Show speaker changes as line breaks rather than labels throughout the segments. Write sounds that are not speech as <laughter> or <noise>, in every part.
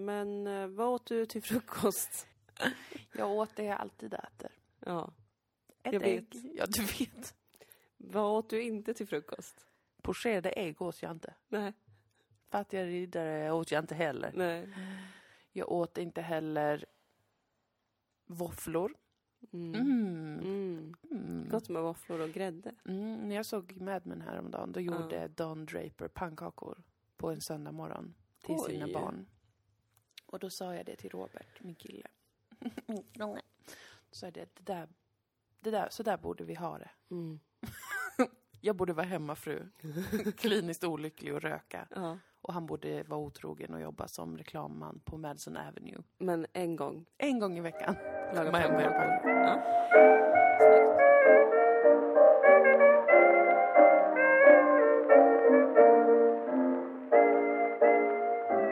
Men eh, vad åt du till frukost? <laughs>
Jag åt det jag alltid äter.
Ja.
Ett
Jag
ägg.
vet.
Ja, du vet.
Vad åt du inte till frukost?
Pocherade ägg åt jag inte.
Nej.
Fattiga riddare åt jag inte heller.
Nej.
Jag åt inte heller våfflor.
Mm.
Mm.
Mm.
Mm.
Gott med våfflor och grädde.
Mm. När jag såg Mad Men häromdagen, då gjorde Don Draper pannkakor på en söndag morgon till sina
Oj.
barn. Och då sa jag det till Robert, min kille. Då sa jag det, det där, det där, så där borde vi ha det.
Mm.
Jag borde vara hemmafru, kliniskt olycklig och röka.
Ja.
Och han borde vara otrogen och jobba som reklamman på Madison Avenue.
Men en gång.
En gång i veckan.
Laga
Komma hem och hjälpa
pannkakor.
honom.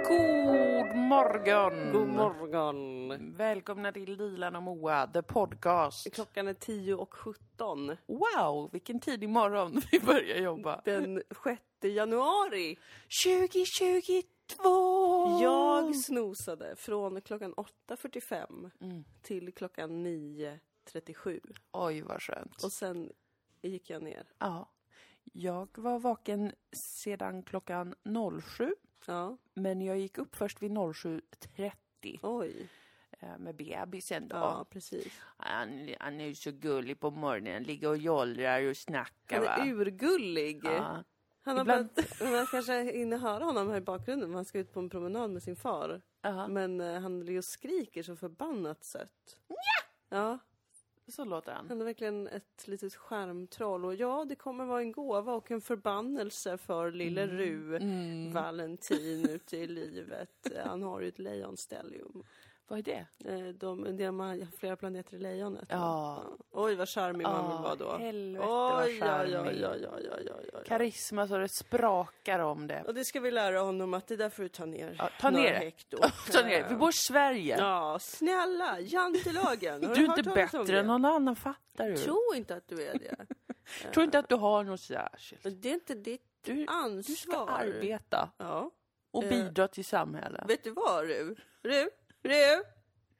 God morgon!
God morgon.
Välkomna till Dilan och Moa, the podcast.
Klockan är 10 och 17.
Wow, vilken tidig morgon <laughs> vi börjar jobba.
Den 6 januari.
2022!
Jag snosade från klockan 8.45
Mm.
till klockan 9.37.
Oj, vad skönt.
Och sen gick jag ner.
Ja. Jag var vaken sedan klockan 07,
Ja,
men jag gick upp först vid 07.30
oj.
eh, med bebisen då.
Ja, precis.
Han, han är ju så gullig på morgonen, ligger och jollrar och snackar
Han
va.
är urgullig.
ja.
Han har
Ibland-
börjat, man kanske hinner höra honom här i bakgrunden men han ska ut på en promenad med sin far.
Ja.
Men eh, han ligger och skriker så förbannat sött. Ja,
Så låter han.
han är verkligen ett litet skärmtroll. Och ja, det kommer vara en gåva och en förbannelse för lille
Mm.
Ru Valentin ute i
<laughs>
livet. Eh, Han har ju ett lejonstellium.
Vad är det?
Eh, De, de har flera planeter i lejonet.
Ja.
Oj, vad charmig man vill vara då.
Helvete vad
Oj, ja, ja,
charmig.
ja, ja, ja, ja, ja.
Karisma så det sprakar om det.
Och det ska vi lära honom att det där får du ta ner.
Ja, ta
några
ner det.
hekto.
Ta ner det. Vi bor i Sverige.
Ja, snälla, jantelagen. Har
Du är
hört talas
inte
om
bättre än
det?
någon annan, fattar du?
Tro inte att du är det.
Tror inte att du har något särskilt.
Det är inte ditt
Du,
ansvar.
du ska arbeta
Ja.
och
Eh.
bidra till samhället.
Vet du vad, Ru? Ru? Ru?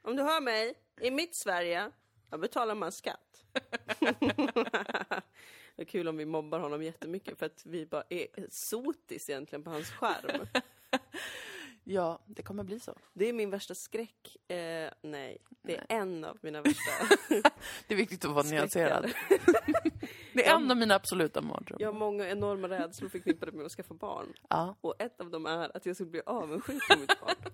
Om du hör mig, i mitt Sverige, då betalar man skatt. <laughs> Det är kul om vi mobbar honom jättemycket för att vi bara är sotis egentligen på hans skärm.
Ja, det kommer bli så.
Det är min värsta skräck. Eh, nej, det är
Nej.
en av mina
<laughs>
värsta.
Det är viktigt att vara
Skräckar. <laughs>
nyanserad. Det är en av mina absoluta mardrömmar.
Jag har många enorma rädslor förknippade med att skaffa barn.
Ja.
Och ett av dem är att jag skulle bli avundsjuk på mitt
<laughs>
barn.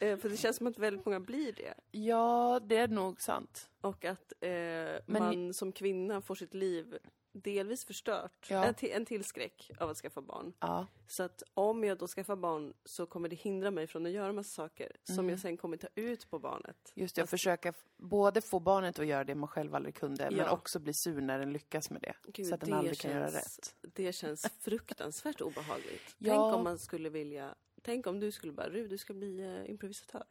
Eh, för det känns som att väldigt många blir det.
ja, det är nog sant.
Och att eh,
ni-
man som kvinna får sitt liv delvis förstört.
Ja.
En, till, en till skräck av att skaffa barn.
Ja.
Så att om jag då skaffar barn så kommer det hindra mig från att göra massa saker
Mm.
som jag sen kommer ta ut på barnet.
Just det, att försöka f- både få barnet att göra det man själv aldrig kunde, men
Ja.
också bli sur när den lyckas med det.
Gud,
så att den
det
aldrig kan göra
känns-
rätt.
Det känns fruktansvärt <laughs> obehagligt.
Ja.
Tänk om man skulle vilja... Tänk om du skulle bara, Ru, du ska bli eh, improvisatör.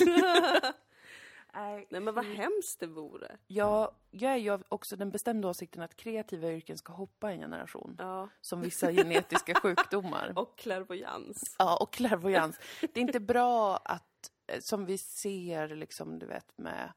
Mm. Nej men vad hemskt det vore.
Jag, jag är ju också den bestämda åsikten att kreativa yrken ska hoppa en generation.
Ja.
Som vissa genetiska sjukdomar.
Och clairvoyance.
Ja, och klärvoyans. Det är inte bra att, eh, som vi ser liksom, du vet, med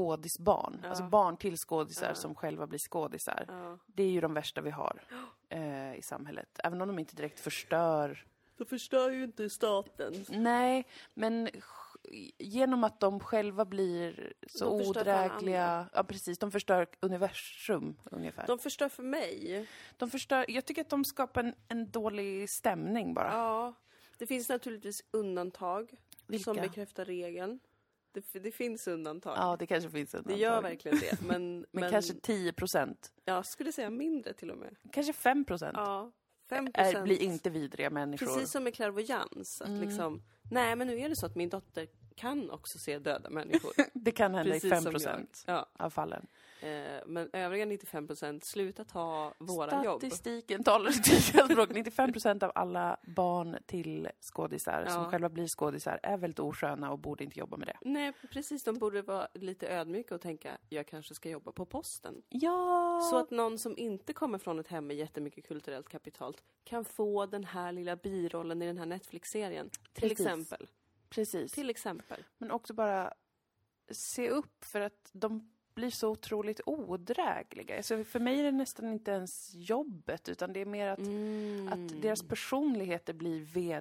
skådisbarn. Alltså barn till skådisar som själva blir skådisar.
Ja.
Det är ju de värsta vi har eh, i samhället. Även om de inte direkt förstör.
De förstör ju inte staten.
Nej, men sj- genom att de själva blir så
De förstör för
odrägliga. Ja, precis. De förstör universum ungefär. De,
De förstör för mig.
förstör, jag tycker att de skapar en, en dålig stämning bara.
Ja. Det finns naturligtvis undantag som
Vilka?
bekräftar regeln. Det, f- det finns undantag.
Ja, det kanske finns en
Det gör verkligen det. <laughs> Men,
Men, kanske 10 procent.
Jag skulle säga mindre till och med.
Kanske 5 procent.
Ja. 5
är, blir inte vidriga människor. Mm.
Precis som med clairvoyance. Att liksom, nej men nu är det så att min dotter kan också se döda
<laughs>
människor.
Det kan hända i
Precis som
5
jag. Ja.
av fallen.
Eh, men övriga 95 procent, sluta ta våra jobb.
Statistiken talar sitt tydliga språk. 95 procent av alla barn till skådisar som
Ja.
själva blir skådisar är väldigt osköna och borde inte jobba med det.
Nej, precis. De borde vara lite ödmjuka och tänka, jag kanske ska jobba på posten.
Ja!
Så att någon som inte kommer från ett hem med jättemycket kulturellt kapital kan få den här lilla birollen i den här Netflix-serien. Till
Precis.
exempel.
Precis.
Till exempel.
Men också bara se upp för att de blir så otroligt odrägliga. Alltså för mig är det nästan inte ens jobbet utan det är mer att,
Mm.
att deras personligheter blir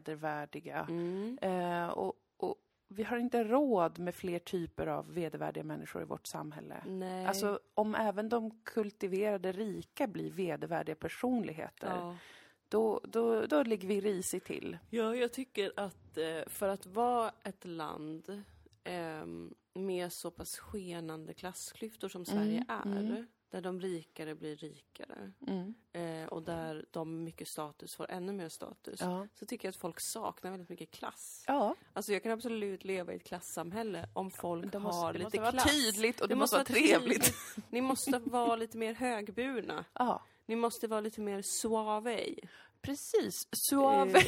vedervärdiga.
Mm.
Eh, och, och vi har inte råd med fler typer av vedervärdiga människor i vårt samhälle.
Nej.
Alltså om även de kultiverade rika blir vedervärdiga personligheter,
ja.
då, då, då ligger vi risigt till.
Ja, jag tycker att eh, för att vara ett land ehm, med så pass skenande klassklyftor som Sverige
Mm,
är, där de rikare blir rikare eh, och där de med mycket status får ännu mer status,
Ja.
så tycker jag att folk saknar väldigt mycket klass.
Ja,
Alltså jag kan absolut leva i ett klassamhälle om folk
det måste,
har
det
lite
måste vara typ.
klass.
tydligt och det, måste, vara trevligt.
tydligt. Ni måste vara lite mer högburna.
Ja,
Ni måste vara lite mer suave.
precis. Suave.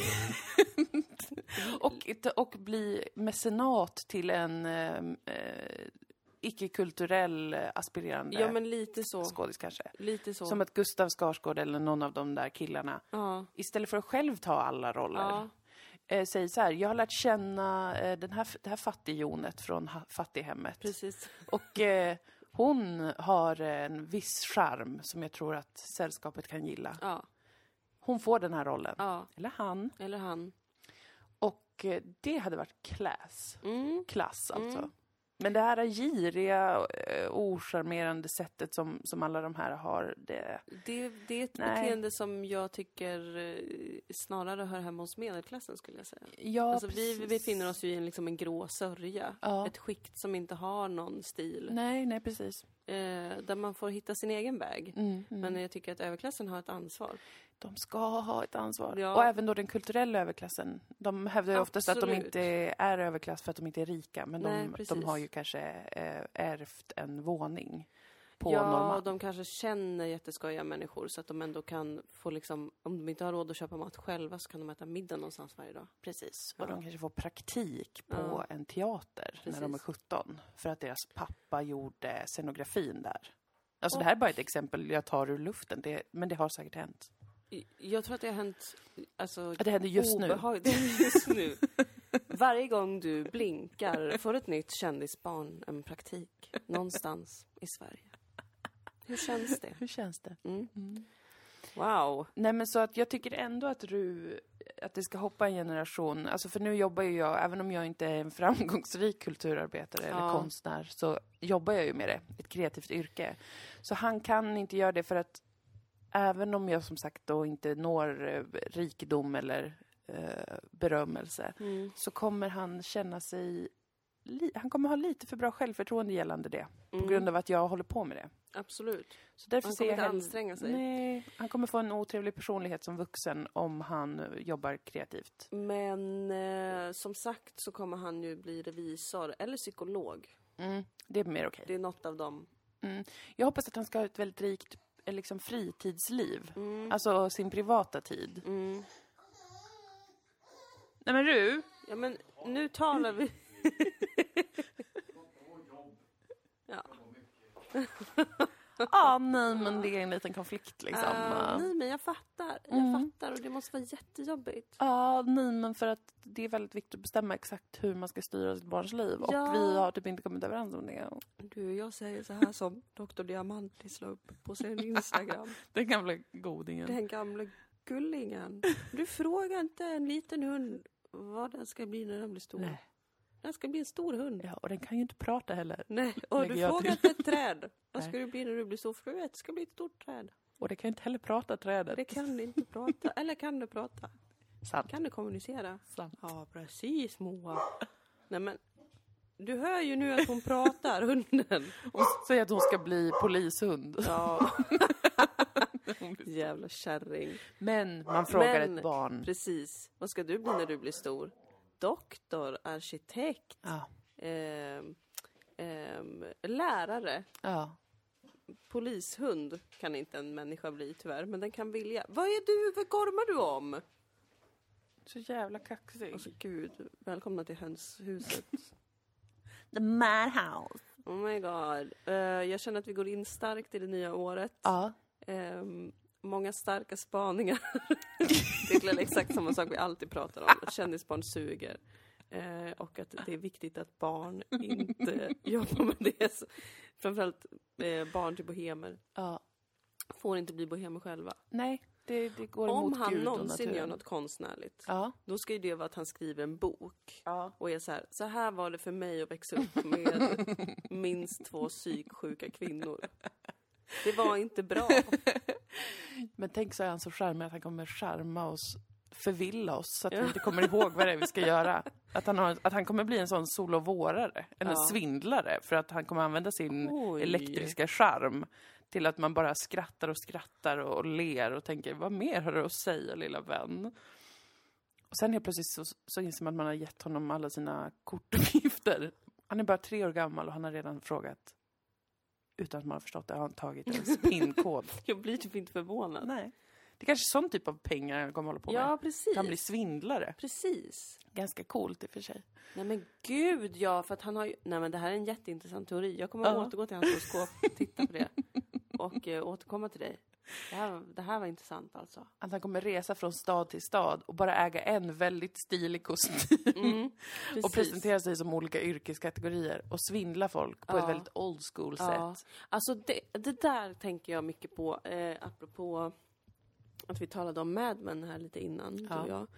<laughs> och, och bli mecenat till en eh, eh, icke-kulturell eh, aspirerande
Ja, men lite så.
skådis kanske.
Lite så.
Som att Gustav Skarsgård eller någon av de där killarna,
Ja.
istället för att själv ta alla roller,
Ja.
eh, säger så här, jag har lärt känna eh, den här, det här fattighjonet från ha, fattighemmet.
Precis.
Och eh, hon har en viss charm som jag tror att sällskapet kan gilla.
Ja,
Hon får den här rollen.
ja.
Eller han.
Eller han.
Och eh, det hade varit class.
Mm.
Klass alltså. Men det här giriga, eh, ocharmerande sättet som, som alla de här har, det...
Det, det är ett
Nej.
beteende som jag tycker eh, snarare hör hemma hos medelklassen skulle jag säga.
Ja,
alltså, vi vi befinner oss ju i en, liksom en grå sörja.
Ja.
Ett skikt som inte har någon stil.
Nej, nej precis.
Eh, där man får hitta sin egen väg.
Mm, mm.
Men jag tycker att överklassen har ett ansvar.
De ska ha ett ansvar.
Ja.
Och även då den kulturella överklassen. De hävdar ju oftast att de
Absolut.
inte är överklass för att de inte är rika. Men
Nej,
de, de
precis.
har ju kanske eh, ärvt en våning på
ja,
Norrmalm.
de kanske känner jätteskojiga människor så att de ändå kan få liksom, om de inte har råd att köpa mat själva så kan de äta middag någonstans varje dag.
Precis.
Ja.
Och de kanske får praktik på
Ja.
en teater när de är
Precis.
17. För att deras pappa gjorde scenografin där. Alltså det här är bara ett exempel jag tar ur luften, det, men det har säkert hänt.
I- Jag tror att det har hänt, alltså
Ja, Det händer just nu.
obehagligt just
<laughs>
nu. Varje gång du blinkar får ett nytt kändisbarn en praktik någonstans i Sverige. Hur känns det?
Hur känns det?
Mm. Wow.
Nej men så att jag tycker ändå att RU, att det ska hoppa en generation. Alltså för nu jobbar ju jag, även om jag inte är en <laughs> framgångsrik kulturarbetare eller
Ja.
konstnär, så jobbar jag ju med det. Ett kreativt yrke. Så han kan inte göra det för att även om jag som sagt då inte når eh, rikedom eller eh, berömmelse,
Mm.
så kommer han känna sig li- han kommer ha lite för bra självförtroende gällande det, på grund av att jag håller på med det.
Absolut.
Så därför
Mm. Han
ser
kommer
jag
inte
hell-
anstränga sig.
Nej, han kommer få en otrevlig personlighet som vuxen om han jobbar kreativt.
Men eh, som sagt så kommer han ju bli revisor eller psykolog.
Det är mer okej.
Det är något av dem.
Mm. Jag hoppas att han ska ha ett väldigt rikt eh, liksom, fritidsliv.
Mm.
Alltså sin privata tid. Nej men Ru!
Ja men nu talar vi... ja.
Ja, nej men det är en liten konflikt liksom.
Ah,
Ja, Mm.
nej men jag fattar. Jag fattar och det måste vara jättejobbigt.
nej men för att det är väldigt viktigt att bestämma exakt hur man ska styra sitt barns liv.
Ja.
Och vi har typ inte kommit överens om det.
Du och jag säger så här som <laughs> Dr. Diamantis la upp på sin Instagram.
Den gamla godingen.
Den gamla gullingen. Du frågar inte en liten hund vad den ska bli när den blir stor.
Nej.
Den ska bli en stor hund.
Ja, och den kan ju inte prata heller.
Nej, och
Lägger
du
jag
frågar
till.
inte ett träd. Vad
Nej.
ska du bli när du blir stor? För du vet, det ska bli ett stort träd.
Och det kan ju inte heller prata trädet.
Det kan du inte prata. Eller kan du prata?
Sant.
Kan du kommunicera?
Sant.
Ja, precis Moa. Nej men, du hör ju nu att hon pratar, hunden.
Och säg att hon ska bli
<laughs>
polishund.
Ja. Jävla kärring.
Men man frågar
Men-
ett barn.
Precis. Vad ska du bli när du blir stor? Doktor, arkitekt,
Ja.
eh, eh, lärare,
Ja.
polishund kan inte en människa bli tyvärr, men den kan vilja. Vad är du, vad gormar du om?
Så jävla kaxig.
Alltså gud, välkomna till hönshuset.
The madhouse.
Oh my god. Eh, jag känner att vi går in starkt i det nya året.
Ja.
Ehm, många starka <laughs> spaningar. det är väl exakt samma sak vi alltid pratar om, att kändisbarn suger. Eh, och att det är viktigt att barn <laughs> inte jobbar med det. Så- Framförallt eh, barn till bohemer
ja.
får inte bli bohemer själva.
Nej, det, det går
Om
emot
han
Gud och
någonsin gör
naturen.
något konstnärligt,
Ja.
då ska ju det vara att han skriver en bok
ja.
och är så här, så här var det för mig att växa upp <laughs> med minst två psyksjuka kvinnor. Det var inte bra.
Men tänk så är han så charmig att han kommer charma oss, förvilla oss så att
Ja.
vi inte kommer ihåg vad det är vi ska göra. Att han, har, att han kommer bli en sån solovårare, en
Ja.
svindlare, för att han kommer använda sin
<laughs> Oj.
elektriska charm till att man bara skrattar och skrattar och, och ler och tänker vad mer har du att säga lilla vän? Och sen helt plötsligt så, så inser man att man har gett honom alla sina kortuppgifter. Han är bara tre år gammal och han har redan frågat utan att man har förstått det har han tagit <laughs> ens pinkod.
Jag blir typ inte förvånad.
Nej. Det är kanske är sån typ av pengar han kommer hålla på med.
Ja, precis.
Han blir svindlare.
Precis.
Ganska coolt i och för sig.
Nej men gud ja, för att han har ju... Nej men det här är en jätteintressant teori. Jag kommer att
Ja.
återgå till hans horoskop, titta på det och eh, återkomma till dig. Det här, det här var intressant alltså.
Att han kommer resa från stad till stad och bara äga en väldigt stilig kostym.
Mm. Precis.
<laughs> och presentera sig som olika yrkeskategorier och svindla folk på
Ja.
ett väldigt old school
Ja.
sätt.
Alltså det, det där tänker jag mycket på, eh, apropå att vi talade om Mad Men här lite innan, du
Ja.
och jag.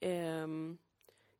Ehm,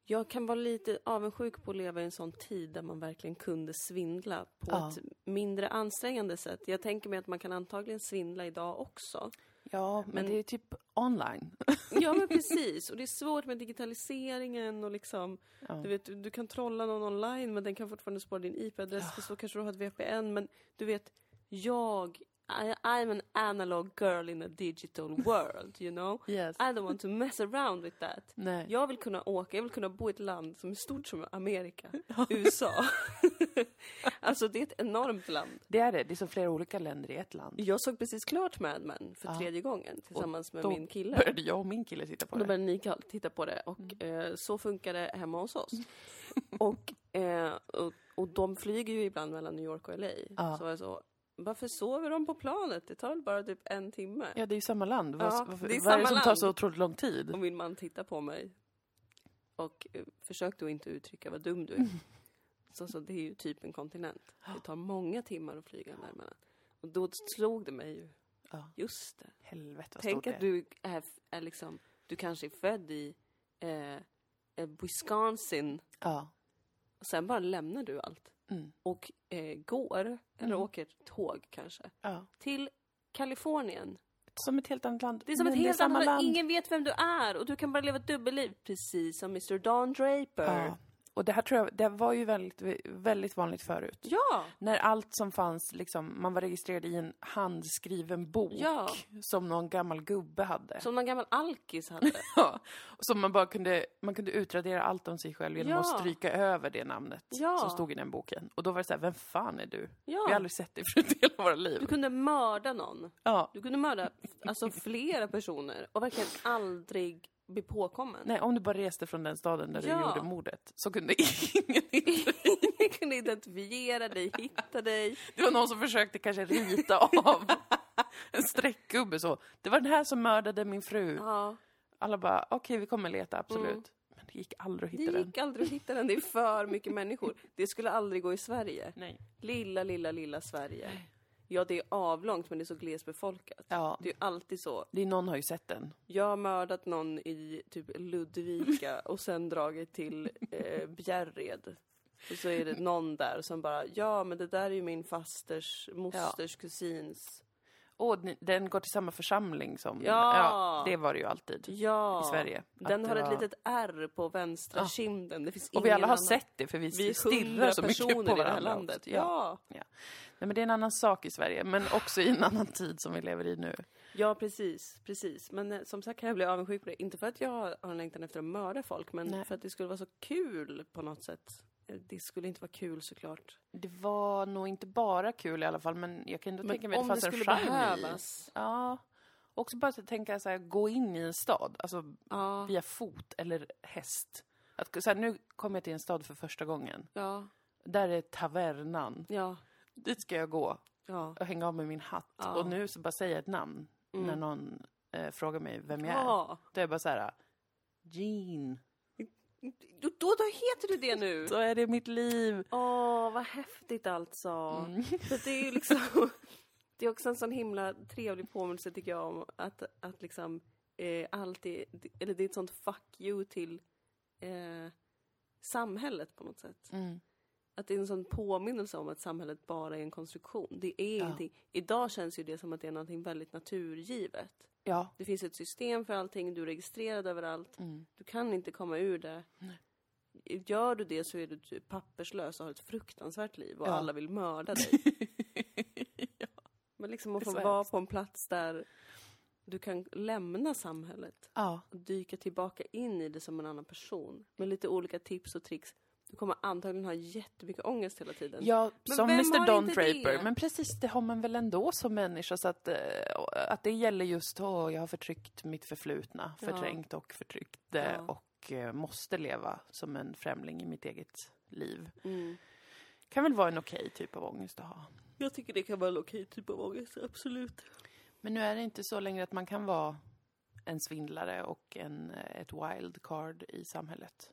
jag kan vara lite avundsjuk på att leva i en sån tid där man verkligen kunde svindla på
Ja.
ett mindre ansträngande sätt. Jag tänker mig att man kan antagligen svindla idag också.
Ja, men,
Men-
det är typ online.
Ja men precis, och det är svårt med digitaliseringen och liksom,
Ja.
du vet, du- du kan trolla någon online men den kan fortfarande spara din IP-adress för så kanske du har ett VPN men du vet, jag, I, I'm an analog girl in a digital world, you know?
Yes.
I don't want to mess around with that.
Nej.
Jag vill kunna åka, jag vill kunna bo i ett land som är stort som Amerika, USA. <laughs> alltså det är ett enormt land.
Det är det. Det är så flera olika länder i ett land.
Jag såg precis klart Mad Men för
Ja.
tredje gången tillsammans med
då
min kille.
Började jag och min kille titta på
Då
det. Mm.
började ni kall- titta på det och eh, så funkar det hemma hos oss. <laughs> och, eh, och, och de flyger ju ibland mellan New York och LA.
Ja.
Så var jag så, varför sover de på planet? Det tar väl bara typ en timme?
Ja, det är ju samma land.
Ja,
Vad, varför,
det är
vad är
samma
det som tar
land.
så otroligt lång tid?
Och min man tittar på mig och eh, försök då inte uttrycka vad dum
<laughs>
du är. Så, så det är ju typ en kontinent. Det tar många timmar att flyga däremellan. Och då slog det mig ju.
Ja.
Just det.
Helvete vad stort
Tänk
det är.
att du är, är liksom, du kanske är född i eh, eh, Wisconsin
Ja.
och sen bara lämnar du allt
Mm.
och eh, går, eller
Mm.
åker tåg kanske,
ja.
till Kalifornien.
Som ett helt annat land.
Det är som
Men
ett helt
samma
annat land. Ingen vet vem du är och du kan bara leva ett dubbelliv. Precis som Mr Don Draper.
Ja. Och det här tror jag, det var ju väldigt, väldigt vanligt förut.
Ja!
När allt som fanns, liksom, man var registrerad i en handskriven bok
Ja.
som någon gammal gubbe hade.
Som någon gammal alkis
<laughs>
hade.
Ja. <laughs> Som man bara kunde, man kunde utradera allt om sig själv genom
Ja.
att stryka över det namnet
Ja.
som stod i den boken. Och då var det så här, vem fan är du? Vi har
Ja.
aldrig sett dig förut i hela våra liv.
Du kunde mörda någon.
Ja.
Du kunde mörda alltså, flera personer och verkligen aldrig bli påkommen.
Nej, om du bara reste från den staden där du
Ja.
gjorde mordet så kunde <laughs> ingen
<laughs> Ingen kunde identifiera dig, hitta dig.
Det var någon som försökte kanske rita
<laughs>
av en streckgubbe så. Det var den här som mördade min fru.
Ja,
Alla bara, okej vi kommer leta, absolut.
Mm.
Men det gick aldrig att
det
hitta den.
gick aldrig att hitta den. Det är för mycket människor. Det skulle aldrig gå i Sverige.
Nej.
Lilla, lilla, lilla Sverige. Ja, det är avlångt men det är så glesbefolkat.
Ja,
Det är ju alltid så.
det är någon har ju sett den.
Jag har mördat någon i typ Ludvika och sen dragit till eh, Bjärred. Och så är det någon där som bara, ja men det där är ju min fasters mosters kusins.
Och den går till samma församling som...
Ja.
det var det ju alltid
Ja.
i Sverige. Att
Den
det
har ett
var-
litet R på vänstra
Ja.
kinden. Det finns
Och vi
ingen
alla har
annan.
sett det för vi,
Vi är
stirrar
100
så mycket på
personer i det
varandra.
här landet.
också.
Ja. ja.
ja. Nej men det är en annan sak i Sverige, men också i en annan tid som vi lever i nu.
precis, precis. Men eh, som sagt kan jag bli avundsjuk på det. Inte för att jag har en längtan efter att mörda folk, men
Nej.
för att det skulle vara så kul på något sätt. Eh, det skulle inte vara kul såklart.
Det var nog inte bara kul i alla fall, men jag kan ändå
Men
tänka mig att
om
det fanns
det
en
skulle
charm
behövas.
i. Ja. Också bara att tänka så här, gå in i en stad, alltså
Ja,
via fot eller häst. Att, så här, nu kommer jag till en stad för första gången.
ja,
Där är tavernan.
ja,
Dit ska jag gå
ja.
och hänga av med min hatt.
Ja.
Och nu så bara säger jag ett namn
Mm.
när någon eh, frågar mig vem jag är.
ja.
Då är jag bara så här, ah, Jean.
Då, då, då heter du det
<laughs>
nu!
Så är det mitt liv.
Åh, vad häftigt alltså.
Mm.
För att det är ju liksom... <laughs> Det är också en sån himla trevlig påminnelse tycker jag om att, att liksom eh, allt är, eller det är ett sånt fuck you till eh, samhället på något sätt.
Mm.
Att det är en sån påminnelse om att samhället bara är en konstruktion. Det är
Ja.
ingenting. Idag känns ju det som att det är någonting väldigt naturgivet.
Ja.
Det finns ett system för allting, du är registrerad överallt.
Mm.
Du kan inte komma ur det. Gör du det så är du typ papperslös och har ett fruktansvärt liv och
Ja.
alla vill mörda dig. <laughs> Men liksom att
Det
få
är så
vara
hemskt.
på en plats där du kan lämna samhället
ja.
och dyka tillbaka in i det som en annan person. Med lite olika tips och tricks. Du kommer antagligen ha jättemycket ångest hela tiden.
Ja,
Men
som
vem
Mr
har
Don
inte det?
Draper. Men precis, det har man väl ändå som människa. Så att, eh, att det gäller just, åh, jag har förtryckt mitt förflutna.
Ja.
Förträngt och förtryckt det.
Ja.
Och eh, måste leva som en främling i mitt eget liv.
Mm.
Kan väl vara en okej typ av ångest att ha.
Jag tycker det kan vara en okej typ av ångest, absolut.
Men nu är det inte så längre att man kan vara en svindlare och en, eh, ett wildcard i samhället.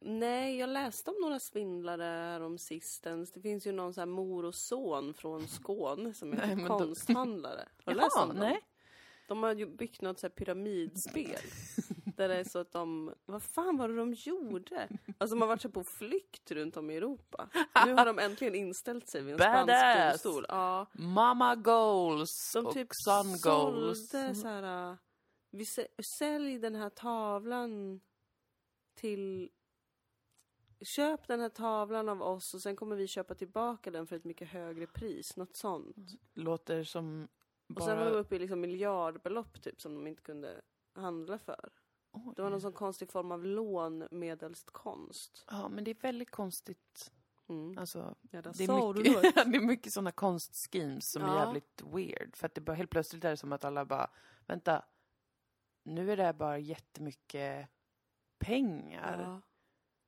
Nej, jag läste om några svindlare här om sistens. Det finns ju någon sån här mor och son från Skåne som
Nej,
är
men då-
konsthandlare. Har du
Jaha,
läst om dem?
nej.
De har ju byggt något så här pyramidspel. där det är så att de, vad fan var det de gjorde? Alltså de har varit så på flykt runt om i Europa. Nu har de äntligen inställt sig vid en spansk
Badass!
domstol. Ja,
Mama goals
de
och
typ
sun Mm. goals.
sålde så här, äh, vi sä- sälj den här tavlan till Köp den här tavlan av oss och sen kommer vi köpa tillbaka den för ett mycket högre pris, något sånt.
Låter som
Och sen var de
bara...
uppe i liksom miljardbelopp typ som de inte kunde handla för.
Oj.
Det var någon sån konstig form av lån medelst konst.
Ja, men det är väldigt konstigt.
Mm.
Alltså,
Ja, där
det,
sa
är
du något.
<laughs> mycket, det är mycket sådana konstschemes som är
Ja.
jävligt weird. För att det bara, helt plötsligt är det som att alla bara, vänta, nu är det här bara jättemycket pengar
Ja.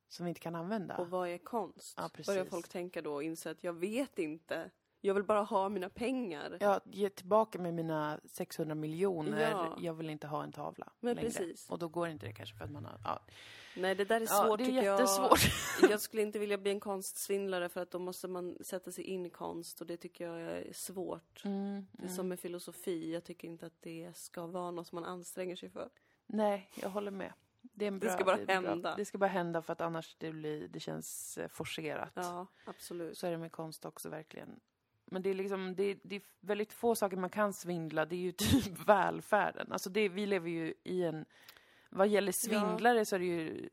som vi inte kan använda.
Och vad är konst?
Ja,
Börjar
precis.
folk tänka då och inse att jag vet inte. Jag vill bara ha mina pengar.
Jag ger tillbaka med mina 600 miljoner,
Ja.
jag vill inte ha en tavla
Men
längre.
precis.
Och då går inte det kanske för att man har, ja,
Nej, det där är
ja
svårt
det är
tycker
jättesvårt.
<laughs> jag. Jag skulle inte vilja bli en konstsvindlare för att då måste man sätta sig in i konst och det tycker jag är svårt.
Mm,
Det är som med filosofi, jag tycker inte att det ska vara något som man anstränger sig för.
Nej, jag håller med. Det, är en
Det
bra,
ska bara
är bra.
hända.
Det ska bara hända för att annars det, blir, det känns eh, forcerat.
Ja, absolut.
Så är det med konst också verkligen. Men det är liksom, det, det är väldigt få saker man kan svindla, det är ju <laughs> typ välfärden. Alltså det, vi lever ju i en, vad gäller svindlare så är det ju,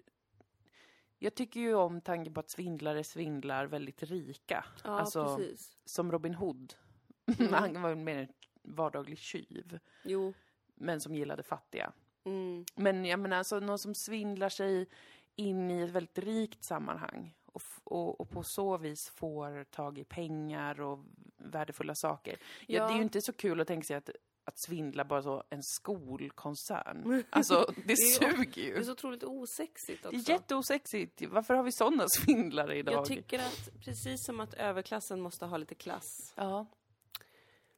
jag tycker ju om tanken på att svindlare svindlar väldigt rika.
Ja,
alltså,
precis.
som Robin Hood. <laughs> Han var ju mer en vardaglig tjuv,
Jo.
men som gillade fattiga.
Mm.
Men jag menar, alltså, någon som svindlar sig in i ett väldigt rikt sammanhang och, f- och, och på så vis får tag i pengar och värdefulla saker. Ja.
Ja.
det är ju inte så kul att tänka sig att, att svindla bara så en skolkoncern. Alltså,
<laughs>
det,
är ju-
suger
Det är
ju.
så otroligt osexigt
Det
också.
är jätteosexigt. Varför har vi sådana svindlare idag?
jag tycker att precis som att överklassen måste ha lite klass,
ja.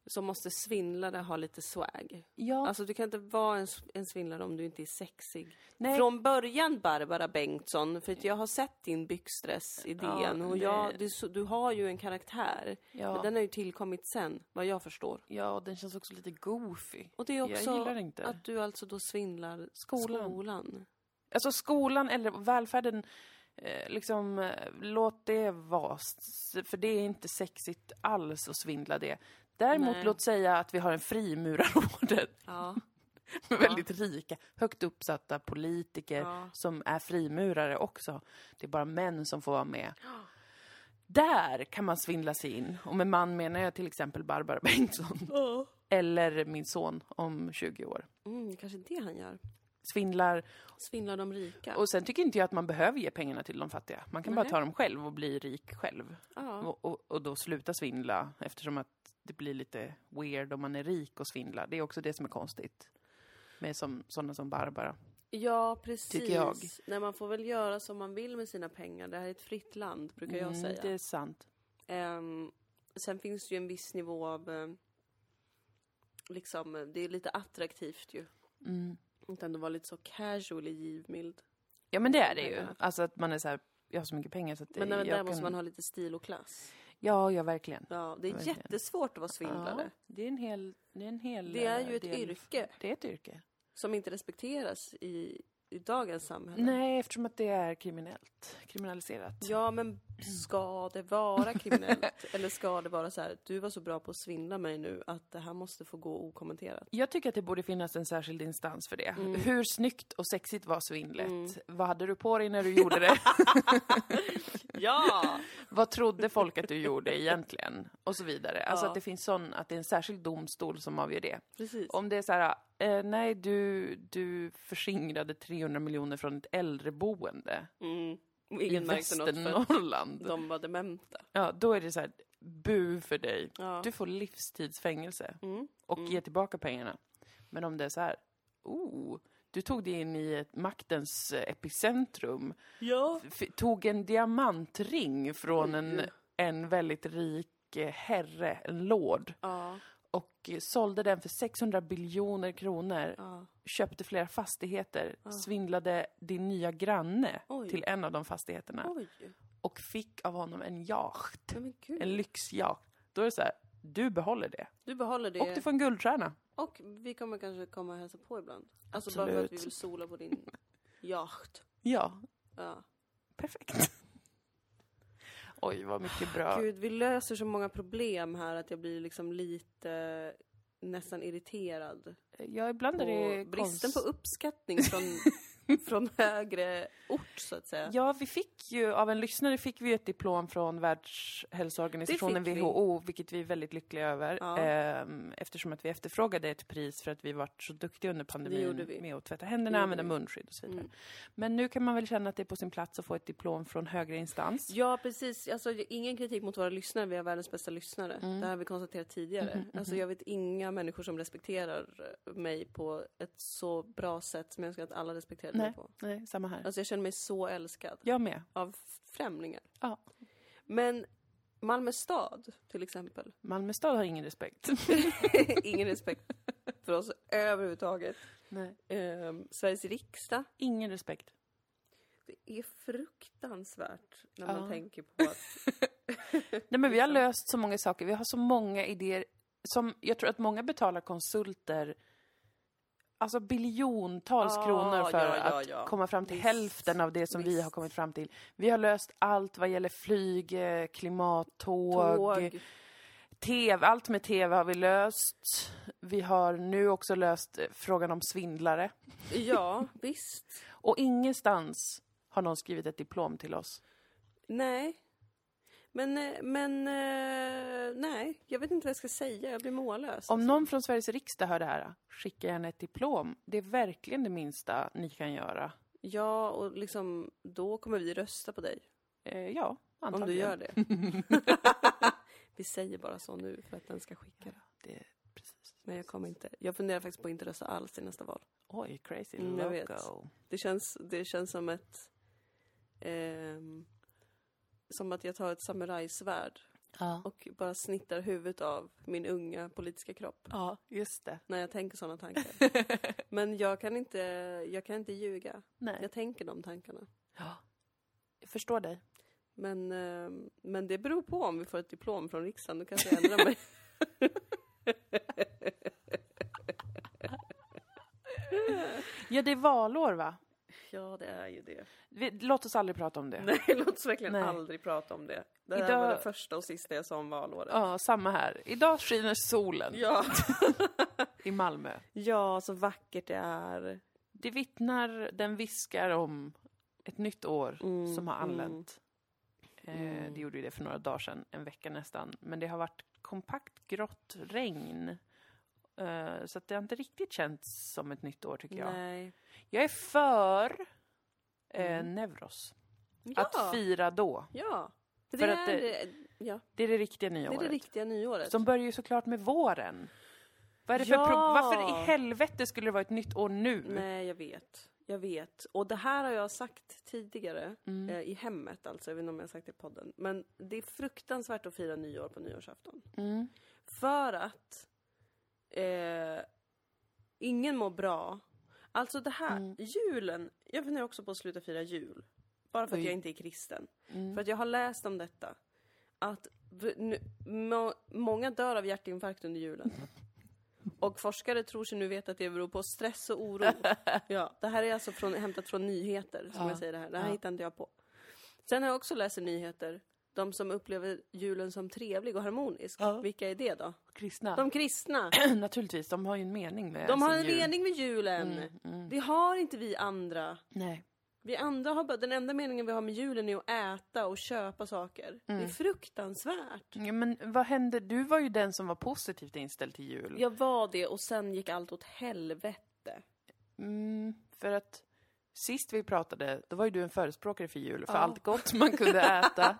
så måste svindlare ha lite swag.
Ja,
Alltså du kan inte vara en, s- en svindlare om du inte är sexig.
Nej.
Från början Barbara Bengtsson, för att jag har sett din byxdress i
Ja,
DN och
det-
jag, du, så- du har ju en karaktär.
Ja.
Men den har ju tillkommit sen, vad jag förstår.
ja, och den känns också lite goofy.
Och det är
Jag
också
gillar inte.
att du alltså då svindlar
Skolan.
skolan.
Alltså skolan eller välfärden, eh, liksom eh, låt det vara. S- För det är inte sexigt alls att svindla det. Däremot
Nej.
låt säga att vi har en frimurarorden
Ja,
<laughs> med väldigt rika, högt uppsatta politiker
Ja.
som är frimurare också. Det är bara män som får vara med. Där kan man svindla sig in. Och med man menar jag till exempel Barbara <laughs> Bengtsson. Eller min son om 20 år.
mm, kanske det han gör.
svindlar.
Svindlar de rika?
Och sen tycker inte jag att man behöver ge pengarna till de fattiga. Man kan bara
Nej.
ta dem själv och bli rik själv.
ja.
Och, och, och då sluta svindla eftersom att det blir lite weird om man är rik och svindlar. Det är också det som är konstigt. Med som, sådana som Barbara.
ja, precis.
Tycker jag.
Nej, man får väl göra som man vill med sina pengar. Det här är ett fritt land, brukar jag
Mm,
säga.
Det är sant.
Ehm, sen finns det ju en viss nivå av... eh, Liksom, eh, det är lite attraktivt ju.
Mm.
Inte ändå vara lite så casual i givmild.
Ja men det är det ju.
Pengarna.
Alltså att man är så här, jag har så mycket pengar så att
Mm. Men
eh,
där,
jag
där måste man ha lite stil och klass.
Ja, ja verkligen.
Ja, det är
Verkligen.
jättesvårt att vara svindlare.
Ja, det är en hel... Det är, en hel
Det är
eh,
ju ett
del-
yrke
Det är ett yrke.
som inte respekteras i, i dagens samhälle.
Nej, eftersom att det är kriminellt. Kriminaliserat.
Ja, men ska det vara kriminellt?
<laughs>
Eller ska det vara så här, du var så bra på att svindla mig nu att det här måste få gå okommenterat?
Jag tycker att det borde finnas en särskild instans för det.
Mm.
Hur snyggt och sexigt var svindlet? Vad hade du på dig när du
<laughs>
gjorde det?
Ja!
Vad trodde folk att du gjorde egentligen? Och så vidare. Alltså
Ja.
att det finns sån, att det är en särskild domstol som avgör det.
Precis.
Om det är så här, eh, nej du, du förskingrade 300 miljoner från ett äldreboende
Mm.
i
Ingen märkte något för att
Västernorrland.
de var dementa.
Ja, då är det så här, bu för dig.
Ja.
Du får livstidsfängelse
Mm.
och ge tillbaka pengarna. Men om det är så här, oh, du tog dig in i ett maktens eh, epicentrum,
Ja.
f- tog en diamantring från en,
Oj.
en väldigt rik eh, herre, en lord,
Ja.
och eh, sålde den för 600 biljoner kronor,
ja.
köpte flera fastigheter,
Ja.
svindlade din nya granne
Ah. Oj.
till en av de fastigheterna
Oj.
och fick av honom en yacht,
Nej, men
en
gud.
lyxyacht. Då är det så här, du behåller det.
Du behåller det.
Och du får en guldstjärna.
Och vi kommer kanske komma och hälsa på ibland. Alltså bara för att vi
Absolut.
vill sola på din yacht.
Ja,
Ja.
Perfekt. <laughs> Oj, vad mycket bra.
Gud, vi löser så många problem här att jag blir liksom lite eh, nästan irriterad.
Ja, ibland är det
På bristen
konst-
på uppskattning från,
<laughs>
från högre ort så att säga.
Ja, vi fick ju, av en lyssnare fick vi ett diplom från Världshälsoorganisationen
Det fick vi.
WHO, vilket vi är väldigt lyckliga över.
Ja.
Ehm, eftersom att vi efterfrågade ett pris för att vi varit så duktiga under
gjorde
pandemin
vi.
med att tvätta
Det
händerna,
gjorde
använda
vi.
munskydd och så vidare.
Mm.
Men nu kan man väl känna att det är på sin plats att få ett diplom från högre instans.
Ja, precis. Alltså, ingen kritik mot våra lyssnare. Vi har världens bästa lyssnare.
Mm.
Det här har vi konstaterat tidigare.
Mm-hmm,
Alltså, jag vet inga människor som respekterar eh, mig på ett så bra sätt som jag önskar att alla respekterade mig på.
Nej, samma här.
Alltså, jag känner mig så älskad
Jag med.
av främlingar.
Ja.
Men Malmö stad, till
<laughs>
exempel.
Malmö stad har ingen respekt.
ingen respekt för oss överhuvudtaget.
Nej.
Ehm, Sveriges riksdag.
<laughs> Ingen respekt.
Det är fruktansvärt när
Ja.
man tänker på att...
Nej men vi har
Liksom.
löst så många saker. Vi har så många idéer. Som, jag tror att många betalar konsulter Alltså biljontals
Ja,
kronor för
Ah, ja, ja,
att
ja.
komma fram till
Visst.
hälften av det som vi
Visst.
har kommit fram till. Vi har löst allt vad gäller flyg, eh, klimat, tåg,
Tåg.
TV. Allt med TV har vi löst. Vi har nu också löst eh, frågan om svindlare.
Ja, visst.
Och ingenstans har någon skrivit ett diplom till oss.
Nej. Men, eh, men eh, nej, jag vet inte vad jag ska säga. Jag blir mållös.
Om någon från Sveriges riksdag hör det här, skicka gärna ett diplom. Det är verkligen det minsta ni kan göra.
Ja, och liksom, då kommer vi rösta på dig.
Eh, ja,
Om
antagligen.
du gör
<laughs>
det. vi säger bara så nu för att den ska skicka det.
det. Precis.
Men jag kommer inte. Jag funderar faktiskt på att inte rösta alls i nästa val.
Oj, crazy
Mm, jag vet.
loco.
Det känns, det känns som ett... ehm, som att jag tar ett samurajsvärd
Ja.
och bara snittar huvudet av min unga politiska kropp.
ja, just det.
När jag tänker sådana tankar. <laughs> Men jag kan inte, jag kan inte ljuga.
Nej.
Jag tänker de tankarna.
Ja. Jag förstår dig.
Men, ehm, men det beror på om vi får ett diplom från riksdagen. Då kanske jag ändrar mig.
Ja, det är valår va?
<laughs> ja, det är ju det.
Vi, låt oss aldrig prata om det.
Nej, låt oss verkligen
Nej.
aldrig prata om det. Det här
Idag-
var det första och sista jag sa om valåret.
Ja, samma här. Idag skiner solen
Ja.
i Malmö.
<laughs> ja, så vackert det är.
Det vittnar, den viskar om ett nytt år
Mm,
som har
mm.
anlänt. Eh,
Mm.
det gjorde ju det för några dagar sedan, en vecka nästan. Men det har varit kompakt grått regn Eh, Så att det har inte riktigt känts som ett nytt år tycker jag.
Nej.
Jag är för eh,
Mm.
Neuros.
Ja,
Att fira då.
ja. För
För
det,
att
är, det, ja,
Det är det riktiga
det
nya
är det
året.
riktiga nyåret.
Som börjar ju såklart med våren. Vad är det för
Ja.
pro- Varför i helvete skulle det vara ett nytt år nu?
Nej, jag vet. Jag vet. Och det här har jag sagt tidigare
Mm.
eh, i hemmet, alltså. Jag vet inte om jag har sagt det i podden. Men det är fruktansvärt att fira nyår på nyårsafton.
Mm.
För att eh, ingen mår bra. Alltså det här,
Mm.
julen. Jag funderar också på att sluta fira jul. Bara för att
Oj.
jag inte är kristen.
Mm.
För att jag har läst om detta. Att v- nu, må, många dör av hjärtinfarkt under
<laughs>
julen. Och forskare tror sig nu veta att det beror på stress och
<laughs>
oro. Ja, det här är alltså från, hämtat från nyheter, som
Ja,
jag säger det här. Det här
ja.
hittar inte jag på. Sen har jag också läst i nyheter, de som upplever julen som trevlig och harmonisk.
Ja.
Vilka är det då?
Kristna.
De
<clears throat>
kristna.
Naturligtvis, de har ju en mening med
De har
sin
en
jul.
mening med julen.
Mm, mm.
Det har inte vi andra.
Nej.
Vi andra har bara, den enda meningen vi har med julen är att äta och köpa saker. Det är
Mm.
fruktansvärt.
Ja, men vad hände? Du var ju den som var positivt inställd till jul.
Jag var det och sen gick allt åt helvete.
Mm, för att sist vi pratade, då var ju du en förespråkare för jul. För
Ja.
allt gott man kunde <laughs> äta.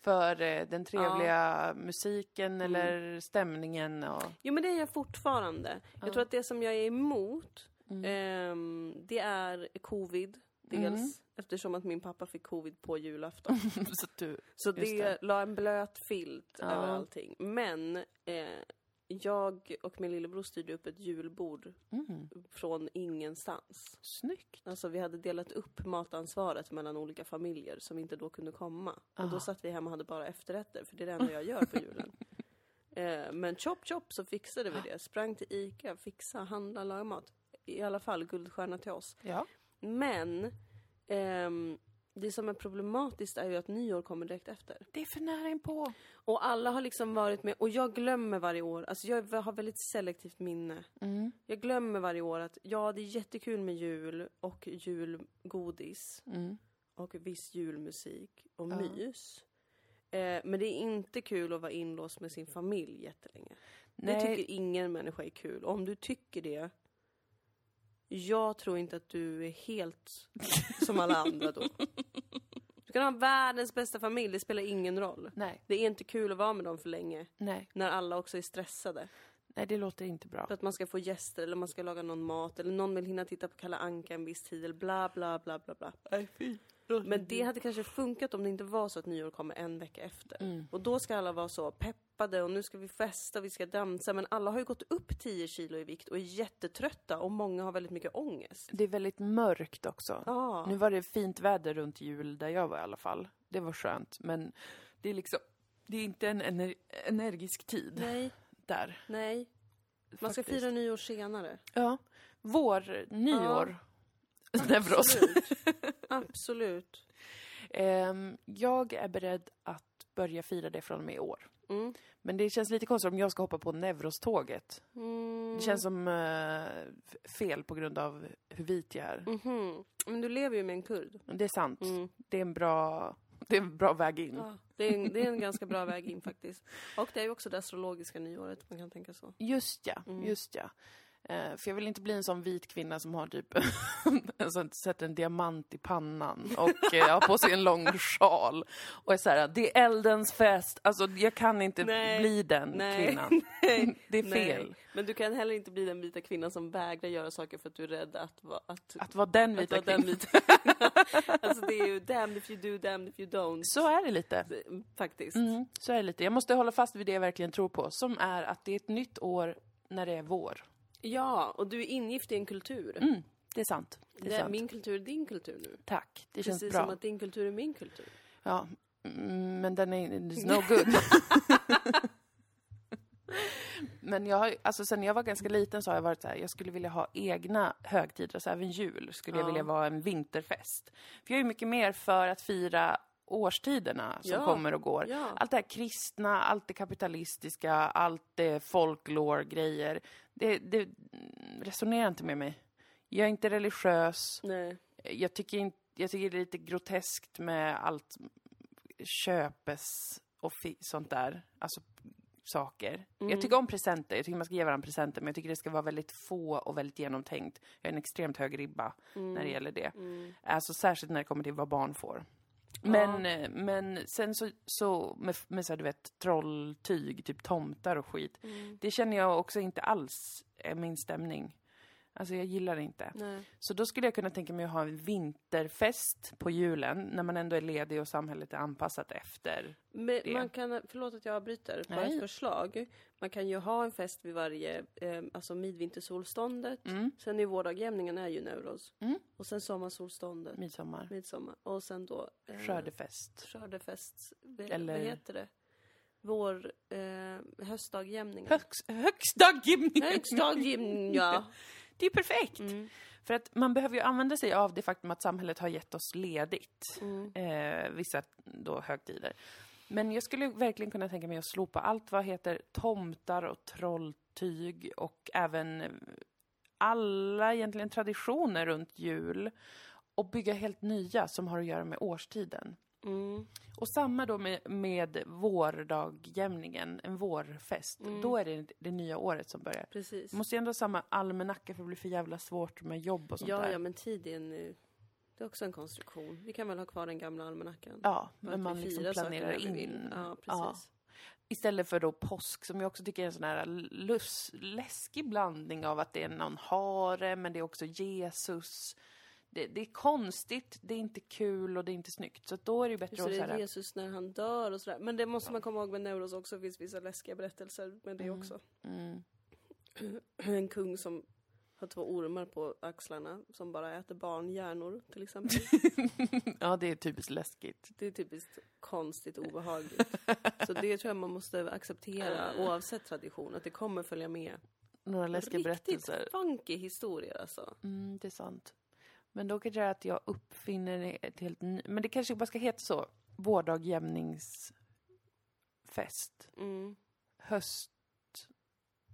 för eh, den trevliga musiken eller stämningen och...
Jo men det är jag fortfarande. Jag
Ja.
tror att det som jag är emot,
eh, <laughs>
ehm, det är covid. Dels
Mm.
eftersom att min pappa fick covid på julafton.
så att du...
Så
Just
det,
det.
la en blöt filt
Ja.
över allting. Men eh, jag och min lillebror styrde upp ett julbord
Mm,
från ingenstans.
snyggt.
Alltså vi hade delat upp matansvaret mellan olika familjer som inte då kunde komma. Och
Ah.
då satt vi hemma och hade bara efterrätter, för det är det enda jag gör på
<laughs>
julen. Eh, men chop chop så fixade
Ah.
vi det. Sprang till ICA, fixa, handla, laga mat. I alla fall guldstjärna till oss.
Ja.
Men ehm, det som är problematiskt är ju att nyår kommer direkt efter.
Det är för nära inpå.
Och alla har liksom varit med, och jag glömmer varje år, alltså jag har väldigt selektivt minne.
Mm.
Jag glömmer varje år att ja, det är jättekul med jul och julgodis
Mm.
och viss julmusik och
Ja.
mys. Eh, men det är inte kul att vara inlåst med sin familj jättelänge. Det
Nej,
tycker ingen människa är kul. Och om du tycker det, jag tror inte att du är helt som alla andra då. Du kan ha världens bästa familj, det spelar ingen roll.
nej,
Det är inte kul att vara med dem för länge,
nej,
när alla också är stressade.
nej, det låter inte bra.
För att man ska få gäster eller man ska laga någon mat eller någon vill hinna titta på Kalle Anka en viss tid eller bla bla bla bla bla. Men det hade kanske funkat om det inte var så att nyår kommer en vecka efter.
Mm.
Och då ska alla vara så peppade och nu ska vi festa och vi ska dansa. Men alla har ju gått upp 10 kilo i vikt och är jättetrötta och många har väldigt mycket ångest.
Det är väldigt mörkt också.
Ja,
Nu var det fint väder runt jul där jag var i alla fall. Det var skönt, men det är liksom... Det är inte en ener- energisk tid
nej,
där.
nej. Man ska
faktiskt.
fira nyår
<laughs>
senare.
Ja. Vår nyår. <laughs> Neuros.
Absolut. Absolut.
Ehm, jag är beredd att börja fira det från och med i år.
Mm.
Men det känns lite konstigt om jag ska hoppa på Neuros-tåget.
Mm.
Det känns som eh, f- fel på grund av hur vit jag är.
Mhm. Men du lever ju med en kurd.
Men Det är sant.
Mm.
Det är en bra, det är en bra väg in.
Ja, det, är en, det är en ganska bra väg in faktiskt. Och det är ju också det astrologiska nyåret, man kan tänka så.
Just ja,
Mm.
just ja. Eh, för jag vill inte bli en sån vit kvinna som har typ <laughs> en sån, sätter en diamant i pannan och eh, har på sig en lång sjal. Och är så här, det är eldens fest. Alltså jag kan inte
Nej.
bli den
Nej.
kvinnan.
<laughs> Nej,
Det är fel.
Men du kan heller inte bli den vita kvinnan som vägrar göra saker för att du är rädd att... va- att,
Att vara den
att
vita
vara
kvinnan.
den vita
<laughs>
kvinnan. alltså det är ju damned if you do, damned if you don't.
Så är det lite.
Det- Faktiskt.
Mm, så är det lite. Jag måste hålla fast vid det jag verkligen tror på, som är att det är ett nytt år när det är vår.
Ja, och du är ingift i en kultur.
Mm, det är sant. Det
Det
är
är
sant.
min kultur är din kultur nu.
Tack, det känns
Precis
bra.
som att din kultur är min kultur.
Ja, mm, men den är
<laughs>
it's no good. men jag har, ju- alltså sen jag var ganska liten så har jag varit så här, jag skulle vilja ha egna högtider, alltså även jul skulle jag
Ja.
vilja vara en vinterfest. För jag är ju mycket mer för att fira årstiderna som
Ja.
kommer och går.
Ja.
Allt det här kristna, allt det kapitalistiska, allt det folklore-grejer. Det, det mm, resonerar inte med mig. Jag är inte religiös.
Nej.
Jag tycker, inte, jag tycker det är lite groteskt med allt köpes och fi, sånt där. Alltså saker. Jag tycker om presenter, jag tycker man ska ge varandra presenter, men jag tycker det ska vara väldigt få och väldigt genomtänkt. Jag har en extremt hög ribba när det gäller det. Alltså särskilt när det kommer till vad barn får. Men, eh, men sen så, så med, med så här, du vet, trolltyg, typ tomtar och skit. Det känner jag också inte alls är min stämning. Alltså jag gillar det inte.
Nej.
Så då skulle jag kunna tänka mig att ha en vinterfest på julen, när man ändå är ledig och samhället är anpassat efter.
Men
det.
man kan, förlåt att jag avbryter, bara
Nej.
ett förslag. Man kan ju ha en fest vid varje, eh, alltså midvintersolståndet.
Mm.
Sen är vårdagjämningen är ju neuros. Och sen sommarsolståndet,
Midsommar,
midsommar. Och sen då eh,
skördefest,
skördefest, vad-
Eller-
vad heter det? Vår, eh, höstdagjämningen.
Högst, högstdaggymning!
Höstdagjämningen,
<laughs>
ja.
Det är ju perfekt! För att man behöver ju använda sig av det faktum att samhället har gett oss ledigt. Eh, vissa då högtider. Men jag skulle verkligen kunna tänka mig att slopa allt vad heter tomtar och trolltyg och även eh, alla egentligen traditioner runt jul och bygga helt nya som har att göra med årstiden.
Mm.
Och samma då med, med vårdagjämningen, en vårfest. Då är det det nya året som börjar.
Precis.
Måste ju ändå ha samma almanacka för det blir för jävla svårt med jobb och sånt
Ja,
där.
ja, men tid är nu. Det är också en konstruktion. Vi kan väl ha kvar den gamla almanackan?
ja,
Att vi
men man liksom
firar saker
planerar
när vi vill.
in.
Ja, precis.
Istället för då påsk som jag också tycker är en sån här lus, läskig blandning av att det är någon hare men det är också Jesus. Det, det är konstigt, det är inte kul och det är inte snyggt. Så att då är det ju bättre
Just
att
det,
så
det är
här,
Jesus när han dör och sådär. Men det måste man komma ihåg med Neuros också, det finns vissa läskiga berättelser med det också.
mm,
En kung som har två ormar på axlarna som bara äter barnhjärnor till
<laughs>
exempel.
Ja, det är typiskt läskigt.
Det är typiskt konstigt
<laughs>
obehagligt. Så det tror jag man måste acceptera oavsett tradition, att det kommer följa med.
Några läskiga berättelser.
Riktigt funky historier alltså.
Mm, det är sant. Men då kanske det är att jag uppfinner ett helt ny... Men det kanske bara ska heta så. Vårdagjämningsfest.
Mm.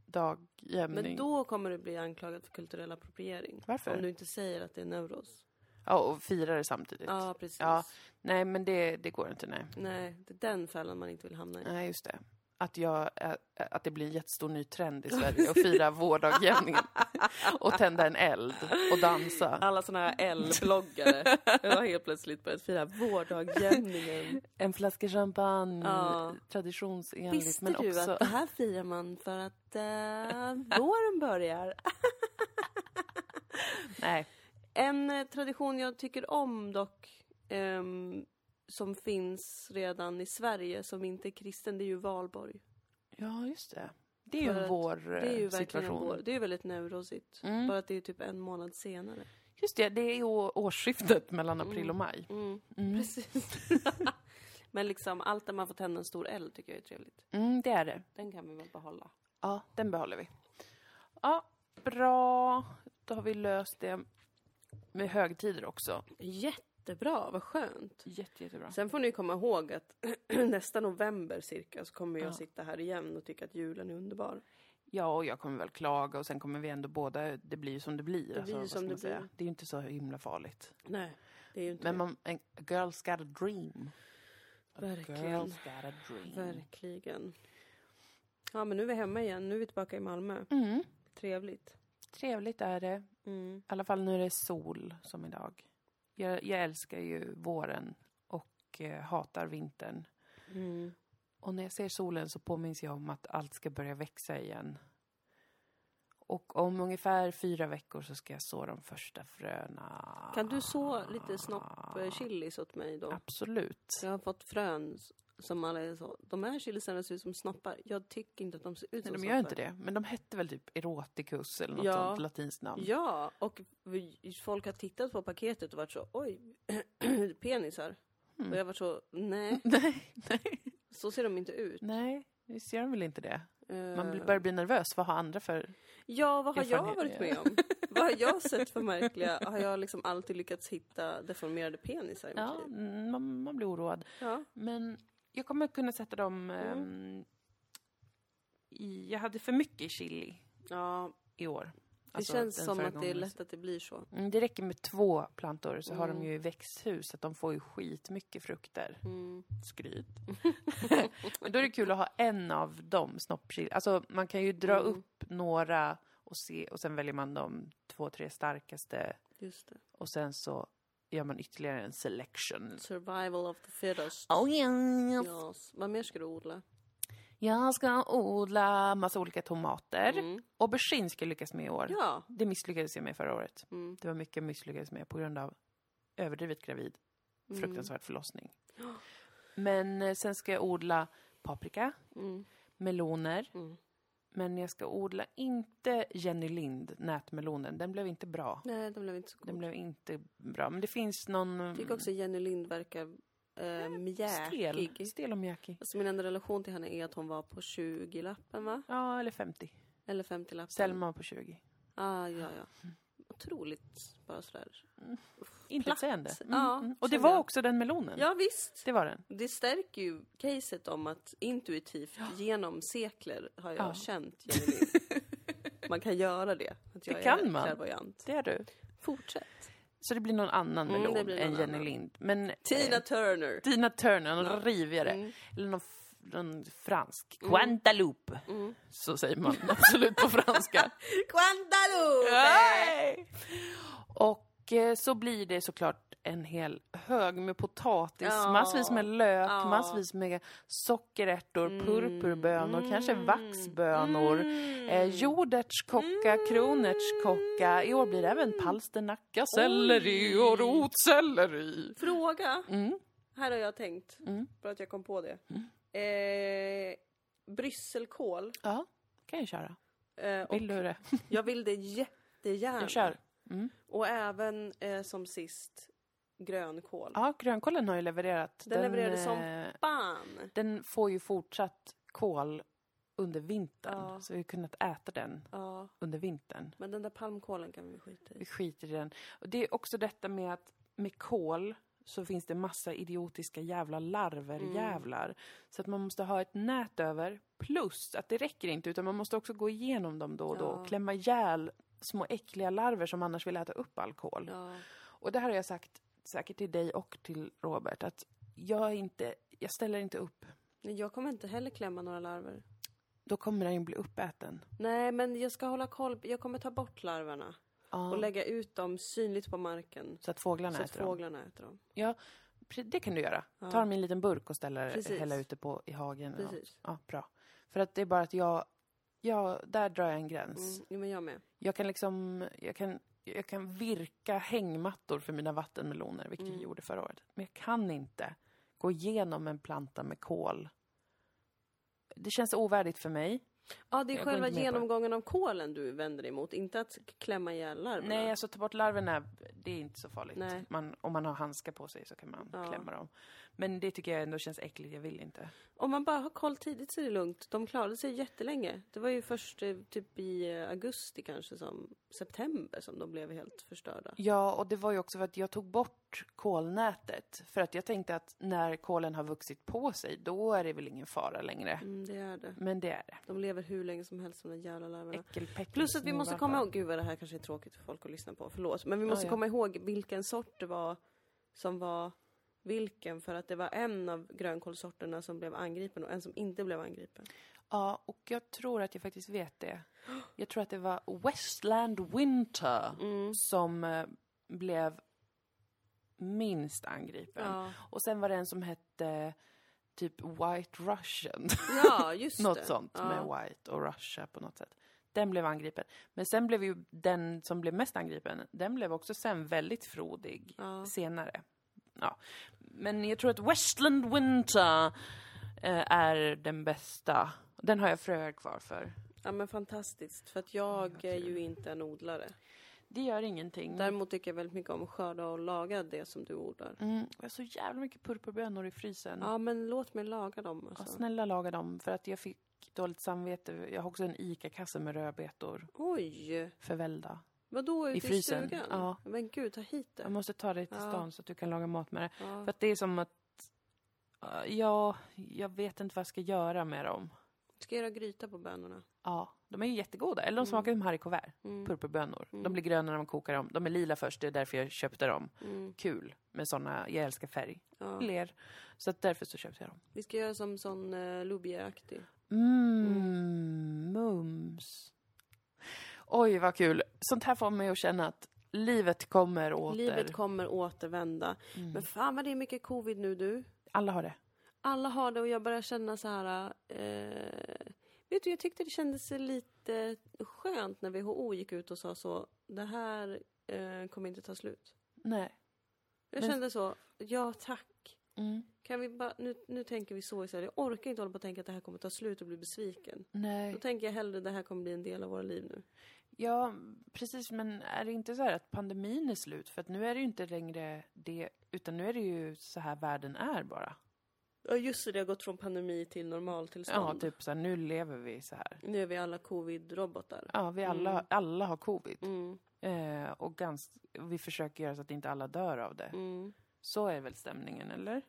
Höstdagjämning.
Men då kommer du bli anklagad för kulturell appropriering.
Varför?
Om du inte säger att det är neuros.
Ja, och firar det samtidigt.
Ja, precis.
Ja. Nej, men det, det går inte, nej.
Nej, det är den fällan man inte vill hamna i.
Nej, just det. Att, jag, ä- ä- att det blir en jättestor
<laughs>
ny trend i Sverige att fira vårdagjämningen. och tända en eld och dansa.
Alla såna här L-bloggare har helt plötsligt börjat fira vårdagjämningen.
En flaska champagne,
Ja.
traditionsenligt
Visste
men
du
också...
att det här firar man för att eh, våren börjar?
Nej.
En eh, tradition jag tycker om dock, ehm, som finns redan i Sverige, som inte är kristen, det är ju valborg.
Ja, just det. Det är ju
För
en
att
vår
Det är ju
eh,
verkligen
situation.
vår. Det är ju väldigt neurosigt.
Mm.
Bara att det är typ en månad senare.
Just det, det är ju å- årsskiftet mellan april och maj.
Mm.
Mm.
Precis. <laughs> Men liksom allt där man får tända en stor eld tycker jag är trevligt.
Mm, det är det.
Den kan vi väl behålla.
Ja, den behåller vi. Ja, bra. Då har vi löst det med högtider också.
Jättebra, vad skönt.
Jätte, jättebra.
Sen får ni komma ihåg att <clears throat> nästa november cirka så kommer jag
Ja.
sitta här igen och tycka att julen är underbar.
Ja, och jag kommer väl klaga och sen kommer vi ändå båda, det blir ju som det blir. alltså,
blir ju
vad ska
som
man
det
säga?
blir.
Det är ju inte så himla farligt.
Nej, det är ju inte
Men man, en a girl's got a dream. A
det. Verkligen.
girl's got a dream.
Verkligen. Ja, men nu är vi hemma igen. Nu är vi tillbaka i Malmö.
Mm,
Trevligt.
trevligt är det.
Mm.
I alla fall nu är det sol som idag. Jag, jag älskar ju våren och eh, hatar vintern.
Mm.
Och när jag ser solen så påminns jag om att allt ska börja växa igen. Och om ungefär fyra veckor så ska jag så de första fröna.
Kan du så lite eh, snoppchilis åt mig då?
Absolut.
Jag har fått frön s- som alla är så. De här chilisarna ser ut som snoppar. Jag tycker inte att de ser ut
Nej,
som
de
snoppar.
gör inte det. Men de hette väl typ eroticus eller något
Ja.
sånt latinskt namn.
Ja, och vi, folk har tittat på paketet och varit så oj, <clears throat> penisar.
Mm.
Och jag har varit så nej,
<laughs> Nej, nej.
så ser de inte ut.
Nej, visst gör de väl inte det? Man blir-
Eh,
börjar bli nervös. Vad har andra för...
Ja, vad har jag
erfarenhet-
varit med
<laughs>
om? vad har jag sett för märkliga? Har jag liksom alltid lyckats hitta deformerade penisar i mitt
Ja,
liv?
mm, man, man blir oroad.
Ja.
Men jag kommer kunna sätta dem...
Mm.
ehm, i, jag hade för mycket chili
ja,
i år. Alltså
känns
den
som att det är
föregångaren.
lätt att det blir så.
Mm, det räcker med två plantor så har de
Mm.
ju växthus, att de får ju skitmycket frukter.
Mm. <laughs>
Skryt. Men då är det kul att ha en av dem, snoppchili. Alltså man kan ju dra
Mm.
upp några och se och sen väljer man de två, tre starkaste
Just det.
och sen så gör man ytterligare en selection.
Survival of the fittest.
Oh yes.
Yes. Vad mer ska du odla?
Jag ska odla massa olika tomater.
Mm.
Aubergine ska jag lyckas med i år.
Ja.
Det misslyckades jag med förra året.
Mm.
Det var mycket jag misslyckades med på grund av överdrivet gravid,
Mm.
fruktansvärd förlossning. Men eh, sen ska jag odla paprika,
Mm.
meloner.
Mm.
Men jag ska odla inte Jenny Lind, nätmelonen. Den blev inte bra.
Nej, de blev inte så
Den
goda.
blev inte bra. Men det finns någon... mm,
Jag tycker också Jenny Lind verkar eh,
Stel.
mjäkig.
Stel och mjäkig.
Alltså min enda relation till henne är att hon var på 20-lappen va?
Ja, eller 50.
Eller 50-lappen.
Selma på 20.
Ah, ja, ja. Otroligt bara sådär.
Intetsägande.
Platt.
Mm,
Ja,
mm. Och det
känner
var
jag.
också den melonen.
Ja visst.
Det var den.
Det stärker ju caset om att intuitivt genom sekler har jag
Ja. <laughs>
känt Jenny Lind. Man kan göra det. Att jag
Det kan
är
man.
Klärvoajant.
Det är du.
Fortsätt.
Så det blir någon annan
Mm,
melon
det blir
än
någon
Jenny
annan.
Lind. Men,
Tina
eh,
Turner.
Tina Turner, någon
Ja.
rivigare.
Mm.
Eller någon, f- någon fransk.
Mm.
Guantaloupe.
Mm.
Så säger man <laughs> absolut
<laughs>
på franska.
Guantanamo!
Nej! Och eh, så blir det såklart en hel hög med potatis,
Ja.
massvis med lök,
Ja. Mm.
massvis med sockerärtor, purpurbönor, kanske vaxbönor, eh, jordärtskocka,
Mm.
kronärtskocka. I år blir det även palsternacka, selleri och rotselleri.
Fråga.
Mm.
Här har jag tänkt,
Mm.
för att jag kom på det. Eh, brysselkål.
Ja, kan jag köra.
Eh, och
Vill du det?
jag vill det jättegärna.
<laughs> Jag kör.
Och även eh, som sist, grönkål.
Ja, grönkålen har ju levererat.
Den levererade som
eh,
Fan!
den får ju fortsatt kol under vintern.
Ja.
Så vi har kunnat äta den
Ja,
under vintern.
men den där palmkålen kan vi skita
Vi
i.
skiter i den. Och det är också detta med att med kol så finns det massa idiotiska jävla larver,
Mm.
jävlar. Så att man måste ha ett nät över. Plus att det räcker inte, utan man måste också gå igenom dem då och då och
Ja.
klämma ihjäl små äckliga larver som annars vill äta upp all kol.
Ja.
Och det här har jag sagt säkert till dig och till Robert att jag, är inte, jag ställer inte upp.
Men Jag kommer inte heller klämma några larver.
Då kommer den ju bli uppäten.
Nej, men jag ska hålla koll. Jag kommer ta bort larverna
Ja.
och lägga ut dem synligt på marken.
Så att fåglarna
Så att
äter dem?
fåglarna äter dem.
Pre- Det kan du göra.
Ja.
Ta dem i en liten burk och ställa,
Precis.
hälla ute på, i hagen. eller något.
Precis.
Ja, bra. För att det är bara att jag, jag där drar jag en gräns.
Mm. Jo, men jag med.
Jag kan liksom, jag kan, jag kan virka hängmattor för mina vattenmeloner, vilket jag
Mm.
gjorde förra året. Men jag kan inte gå igenom en planta med kol. Det känns ovärdigt för mig.
Ja, det
Jag
är
går
själva
inte med på det.
genomgången av kolen du vänder dig emot, inte att klämma ihjäl larverna.
Nej, alltså ta bort larverna, det är inte så farligt.
Nej.
Man, om man har handskar på sig så kan man
Ja.
klämma dem. Men det tycker jag ändå känns äckligt, jag vill inte.
Om man bara har koll tidigt så är det lugnt. De klarade sig jättelänge. Det var ju först eh, typ i eh, augusti kanske, som september, som de blev helt förstörda.
Ja, och det var ju också för att jag tog bort kolnätet. För att jag tänkte att när kolen har vuxit på sig, då är det väl ingen fara längre.
Mm, det är det.
Men det är det.
De lever hur länge som helst, de där jävla larverna.
Äckelpäckel.
Plus att vi måste komma
snorvalpar.
ihåg, gud vad det här kanske är tråkigt för folk att lyssna på, förlåt. Men vi
Ja,
måste
ja.
komma ihåg vilken sort det var som var vilken, för att det var en av grönkålsorterna som blev angripen och en som inte blev angripen.
Ja, och jag tror att jag faktiskt vet det. Jag tror att det var Westland Winter som eh, blev minst angripen. Och sen var det en som hette typ White Russian.
Ja, just
Något
det.
sånt
ja.
med White och Russia på något sätt. Den blev angripen. Men sen blev ju den som blev mest angripen, den blev också sen väldigt frodig
Ja.
senare. Ja. Men jag tror att Westland Winter eh, är den bästa. Den har jag fröer kvar för.
ja, men fantastiskt. För att jag
vad
är
kul. Mm.
ju inte en odlare.
Det gör ingenting.
Däremot tycker jag väldigt mycket om att skörda och laga det som du odlar.
Mm, jag har så jävla mycket purpurbönor i frysen.
Ja, men låt mig laga dem.
Mm. Ja,
Alltså.
snälla laga dem, för att jag fick dåligt samvete. Jag har också en ICA-kasse med rödbetor
Oj!
förvällda.
Vadå
I
ute i,
frysen,
stugan?
ja.
Men gud, ta hit
Jag
det.
måste ta dig till
Ja.
stan så att du kan laga mat med det.
Ja.
För att det är som att... eh, Ja, jag vet inte vad jag ska göra med dem.
Ska jag göra gryta på bönorna? Mm,
Ja, Mm. de är ju jättegoda. Eller de smakar som Harry Couvert. Purpurbönor. De blir gröna när man kokar dem. De är lila först, det är därför jag köpte dem.
mm,
Kul med såna, jag älskar färg. Ler. Så att därför så köpte jag dem.
Vi ska göra som sån eh, lubiaaktig.
Mm, mums. Oj, vad kul. Sånt här får mig att känna att livet kommer åter. Mm.
Livet kommer återvända. Men fan vad det är mycket covid nu du.
Alla har det.
Alla har det och jag börjar känna så här... Eh, vet du, jag tyckte det kändes lite skönt när WHO gick ut och sa så. Det här eh, kommer inte ta slut.
Nej.
Jag
Men-
kände så. Ja, tack.
Mm.
Kan vi bara, nu, nu tänker vi så istället. Jag orkar inte hålla på och tänka att det här kommer ta slut och bli besviken.
Nej.
Då tänker jag hellre att det här kommer bli en del av våra liv nu.
Ja, precis. Men är det inte så här att pandemin är slut? För att nu är det ju inte längre det, utan nu är det ju så här världen är bara.
Ja, just det. Det har gått från pandemi till
Ja,
normaltillstånd.
typ så här, nu lever vi så här.
Nu är vi alla covid-robotar.
Ja, vi alla,
Mm.
alla har covid.
Mm,
Eh, och ganska, vi försöker göra så att inte alla dör av det.
mm.
Så är väl stämningen, eller?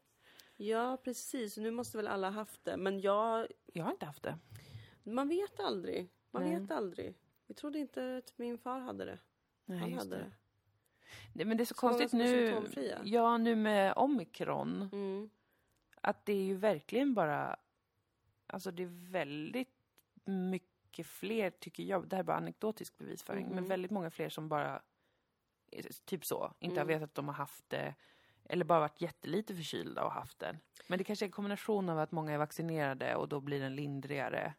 Ja, precis. Nu måste väl alla haft det. Men jag
Jag har inte haft det.
Man vet aldrig. Man
Nej.
vet aldrig. Vi trodde inte att min far hade det.
Nej,
Han
just
hade det.
Nej, men det är så,
många
konstigt
som är
nu.
symptomfria.
Ja, nu med omikron.
Mm.
Att det är ju verkligen bara... Alltså det är väldigt mycket fler, tycker jag. Det här är bara anekdotisk bevisföring. Men
Mhm.
väldigt många fler som bara... eh, Typ så. Inte har
Mm.
vetat att de har haft det. Eller bara varit jättelite förkylda och haft den. Men det kanske är en kombination av att många är vaccinerade och då blir den lindrigare.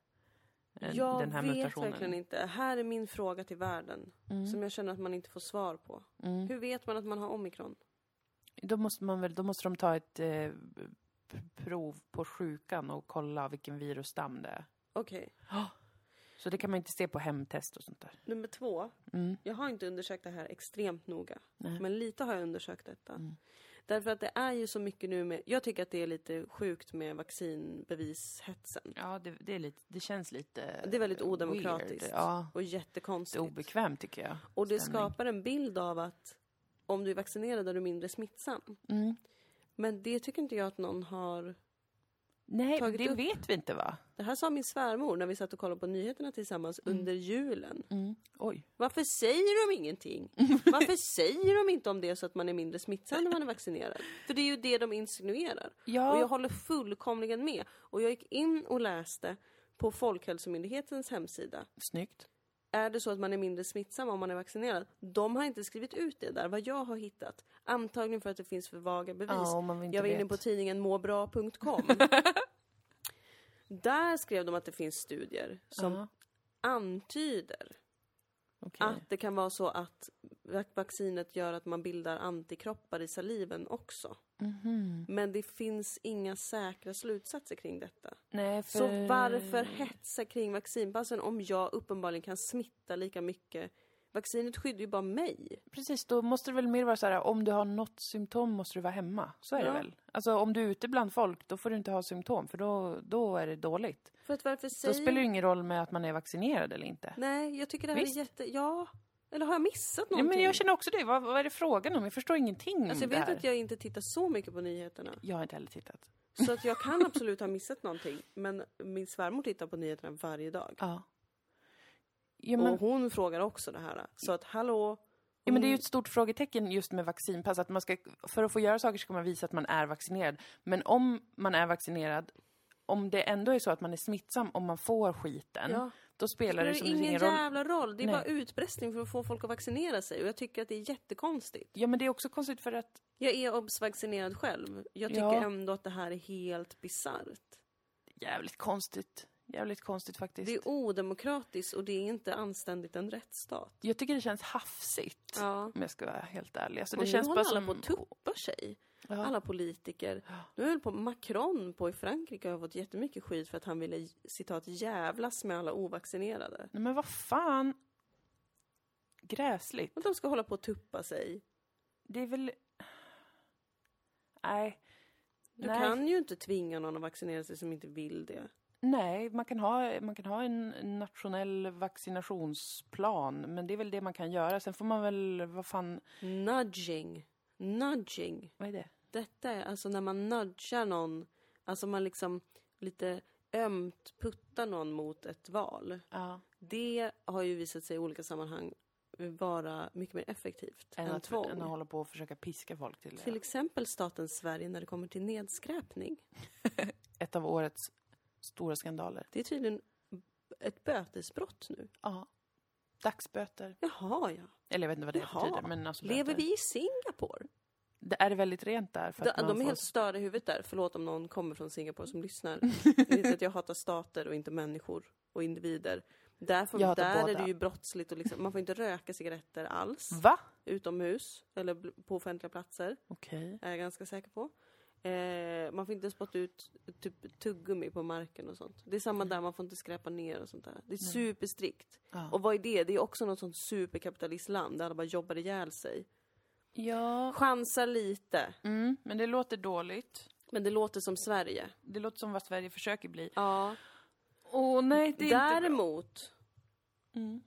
eh,
Jag
den här
vet
mutationen.
verkligen inte. Här är min fråga till världen.
Mm.
Som jag känner att man inte får svar på.
Mm.
Hur vet man att man har omikron?
Då måste man väl, då måste de ta ett eh, p- prov på sjukan och kolla vilken virusstam det är.
Okej.
Så det kan man inte se på hemtest och sånt där.
Nummer två.
Mm.
Jag har inte undersökt det här extremt noga.
Nej. Mm.
Men lite har jag undersökt detta. Därför att det är ju så mycket nu med... Jag tycker att det är lite sjukt med vaccinbevishetsen.
Ja, det, det, är lite, det känns lite...
Det är väldigt
weird.
odemokratiskt.
Ja,
Och
det är
jättekonstigt.
obekvämt tycker jag.
Och det
stämning.
skapar en bild av att om du är vaccinerad är du mindre smittsam.
Mm.
Men det tycker inte jag att någon har...
Nej,
Tagit
det
upp.
vet vi inte va?
Det här sa min svärmor när vi satt och kollade på nyheterna tillsammans
Mm.
under julen.
Oj.
Varför säger de
<laughs>
ingenting? Varför säger de inte om det så att man är mindre smittsam när man är vaccinerad? För det är ju det de insinuerar.
Ja.
Och jag håller fullkomligen med. Och jag gick in och läste på Folkhälsomyndighetens hemsida.
Snyggt.
Är det så att man är mindre smittsam om man är vaccinerad? De har inte skrivit ut det där, vad jag har hittat. Antagligen för att det finns för vaga bevis.
Ja, om man inte
Jag var
vet.
inne på tidningen
<laughs>
måbra.com. Där skrev de att det finns studier som
Ja,
antyder
okej.
att det kan vara så att vac- vaccinet gör att man bildar antikroppar i saliven också.
Mm-hmm. Mm.
Men det finns inga säkra slutsatser kring detta.
Nej, för...
Så varför hetsa kring vaccinpassen om jag uppenbarligen kan smitta lika mycket? Vaccinet skyddar ju bara mig.
Precis, då måste det väl mer vara så här, om du har något symptom måste du vara hemma. Så är det
Ja.
väl? Alltså om du är ute bland folk, då får du inte ha symptom, för då, då är det dåligt.
För att varför
Då
säger...
spelar det ju ingen roll med att man är vaccinerad eller inte.
Nej, jag tycker det här
Visst.
är jätte... Ja. Eller har jag missat
Nej,
någonting?
men jag känner också det. Vad, vad är det frågan om? Jag förstår ingenting
alltså, jag
om det
vet
här.
att jag inte tittar så mycket på nyheterna.
Jag har inte heller tittat.
Så att jag kan absolut ha missat någonting. Men min svärmor tittar på nyheterna varje dag.
Ja. Ja, men,
Och hon frågar också det här. Så att hallå?
ja, men det är ju ett stort frågetecken just med vaccinpass. Att man ska, för att få göra saker ska man visa att man är vaccinerad. Men om man är vaccinerad, om det ändå är så att man är smittsam om man får skiten,
Ja.
då spelar det,
det
som
spelar
ingen,
ingen
ingen roll.
jävla roll. Det är
Nej.
bara utpressning för att få folk att vaccinera sig. Och jag tycker att det är jättekonstigt.
Ja, men det är också konstigt för att
Jag är obsvaccinerad själv. Jag tycker
Ja.
ändå att det här är helt bisarrt.
Jävligt konstigt. Jävligt konstigt faktiskt.
Det är odemokratiskt och det är inte anständigt en rättsstat.
Jag tycker det känns hafsigt.
Ja.
Om jag ska vara helt ärlig. Alltså,
Och
det känns
nu
bara
håller alla
som...
på och tuppar sig.
Ja.
Alla politiker. Nu höll på Macron på i Frankrike och har fått jättemycket skit för att han ville citat jävlas med alla ovaccinerade.
Nej, men vad fan. Gräsligt.
Och de ska hålla på och tuppa sig.
Det är väl... Nej.
Du
Nej.
kan ju inte tvinga någon att vaccinera sig som inte vill det.
Nej, man kan, ha, man kan ha en nationell vaccinationsplan, men det är väl det man kan göra. Sen får man väl, vad fan,
Nudging. Nudging.
vad är det?
Detta är alltså när man nudgar någon, alltså man liksom lite ömt putta någon mot ett val,
Ja.
det har ju visat sig i olika sammanhang vara mycket mer effektivt än,
Än att,
tvång.
än att hålla på och försöka piska folk till,
Till exempel staten Sverige när det kommer till nedskräpning.
ett av årets stora skandaler.
Det är tydligen ett bötesbrott nu.
Ja. Dagsböter.
Jaha, ja.
Eller jag vet inte vad det
Jaha.
betyder. Men alltså
Lever
böter.
vi i Singapore?
Det är det väldigt rent där? För
De,
att man
de är
får...
helt störda i huvudet där. Förlåt om någon kommer från Singapore som
<laughs>
lyssnar. Ni vet att jag hatar stater och inte människor och individer. Därför,
Jag
där
hatar
är
båda. Mm.
det ju brottsligt och liksom, man får inte röka cigaretter alls.
Va?
Utomhus eller bl- på offentliga platser,
Okej.
är jag ganska säker på. Eh, man får inte spotta ut typ tuggummi på marken och sånt. Det är samma där, man får inte skräpa ner och sånt där. Det är superstrikt.
Ja.
Och vad är det? Det är också något sånt superkapitalistland där alla bara jobbar ihjäl sig.
ja.
Chansar lite.
Mm, men det låter dåligt.
Men det låter som Sverige.
Det låter som vad Sverige försöker bli.
Ja.
Åh nej, det är inte bra.
Däremot,
Mm.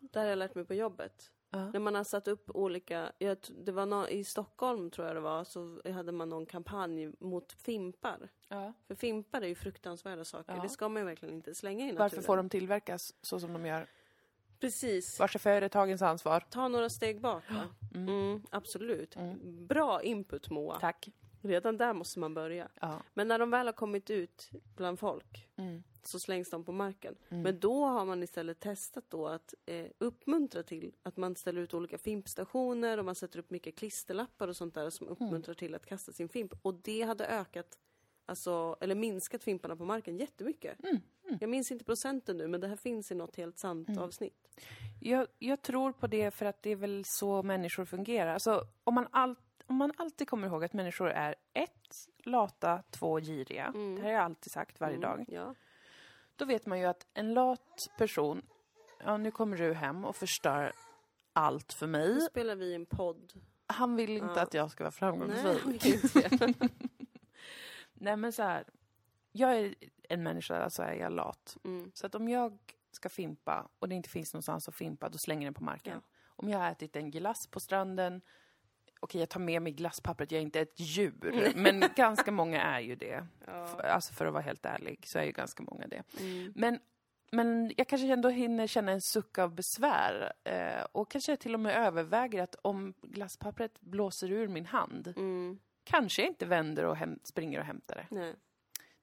det här har jag lärt mig på jobbet.
Ja.
När man har satt upp olika, jag, t- det var nå- i Stockholm tror jag det var, så hade man någon kampanj mot fimpar.
Ja.
För fimpar är ju fruktansvärda saker,
Ja.
det ska man ju verkligen inte slänga i naturen.
Varför får de tillverkas så som de gör?
Precis.
Vars är företagens ansvar?
Ta några steg bak. va? Mm. absolut. Bra input Moa.
Mm. Tack.
Redan där måste man börja.
Ja.
Men när de väl har kommit ut bland folk
Mm.
så slängs de på marken. Men då har man istället testat då att eh, uppmuntra till att man ställer ut olika fimpstationer och man sätter upp mycket klisterlappar och sånt där som
Mm.
uppmuntrar till att kasta sin fimp. Och det hade ökat, alltså, eller minskat fimparna på marken jättemycket.
Mm.
Jag minns inte procenten nu, men det här finns i något helt sant
Mm.
avsnitt.
Jag, jag tror på det för att det är väl så människor fungerar. Alltså, om, man all, om man alltid kommer ihåg att människor är ett, lata, två, giriga. Det här har jag alltid sagt varje dag.
Ja.
Då vet man ju att en lat person, ja nu kommer du hem och förstör allt för mig.
Nu spelar vi en podd.
Han vill inte att jag ska vara framgångsrik. Nej,
inte.
men så här. Jag är en människa, alltså är jag lat.
Mm.
Så att om jag ska fimpa och det inte finns någonstans att fimpa, då slänger jag den på marken. Om jag har ätit en glass på stranden, okej jag tar med mig glasspappret, jag är inte ett djur, men ganska många är ju det. F- <laughs> Alltså för att vara helt ärlig så är ju ganska många det.
Mm.
Men, men jag kanske ändå hinner känna en suck av besvär eh, och kanske till och med överväger att om glasspappret blåser ur min hand,
Mm.
kanske jag inte vänder och häm- springer och hämtar det.
Nej.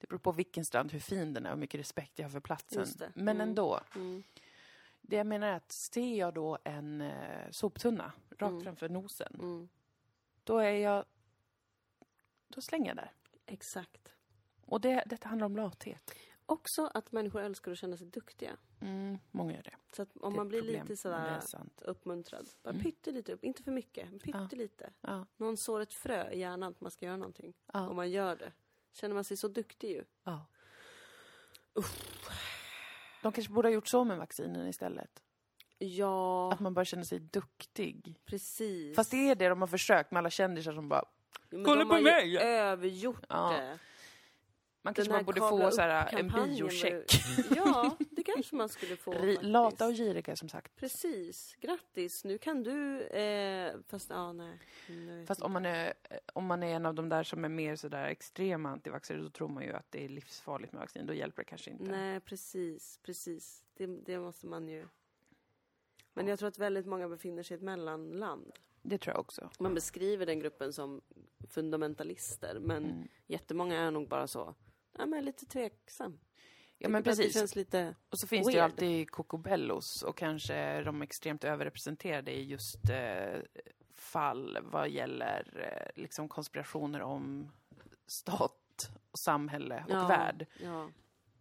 Det beror på vilken strand, hur fin den är och hur mycket respekt jag har för platsen.
Just det.
Men
Mm.
ändå.
Mm.
Det jag menar är att ser jag då en eh, soptunna rakt framför nosen,
Mm.
då är jag... Då slänger jag där.
Exakt.
Och det, detta handlar om lathet.
Också att människor älskar att känna sig duktiga.
Mm, många gör det.
Så att om
Det är
man
ett
blir
problem,
lite
men det är
sådär
sant.
uppmuntrad. Bara pyttelite upp, inte för mycket, men pyttelite.
Ja.
Någon sår ett frö i hjärnan att man ska göra någonting.
Ja.
Och man gör det. Känner man sig så duktig ju.
ja. De kanske borde ha gjort så med vaccinen istället.
Ja,
Att man bara känner sig duktig.
precis.
Fast det är det de har försökt med alla kändisar som bara...
Men
kolla
de
på
har ju
mig!
övergjort
Ja.
det.
Man kanske
Den här
bara borde
kavla
få
upp
så här, en
kampanjen var ju-
biocheck.
<laughs> Ja, det kanske man skulle få.
Ri-
faktiskt.
Lata och giriga som sagt.
Precis, grattis. Nu kan du... Eh, fast, ja, nej. Nu vet
Fast
jag
om man, är, eh, om man är en av de där som är mer sådär extrema antivaxxare, då tror man ju att det är livsfarligt med vaccin. Då hjälper det kanske inte.
inte. Nej, precis, precis. Det, det måste man ju... Men jag tror att väldigt många befinner sig i ett mellanland.
Det tror jag också.
Man beskriver den gruppen som fundamentalister, men
Mm.
jättemånga är nog bara så. Ja, men lite tveksam.
Ja, men
Tycker att
precis.
Det känns lite...
Och så finns det ju
Weird.
alltid kokobellos och kanske de extremt överrepresenterade i just eh, fall vad gäller eh, liksom konspirationer om stat och samhälle och
ja,
värld.
Ja.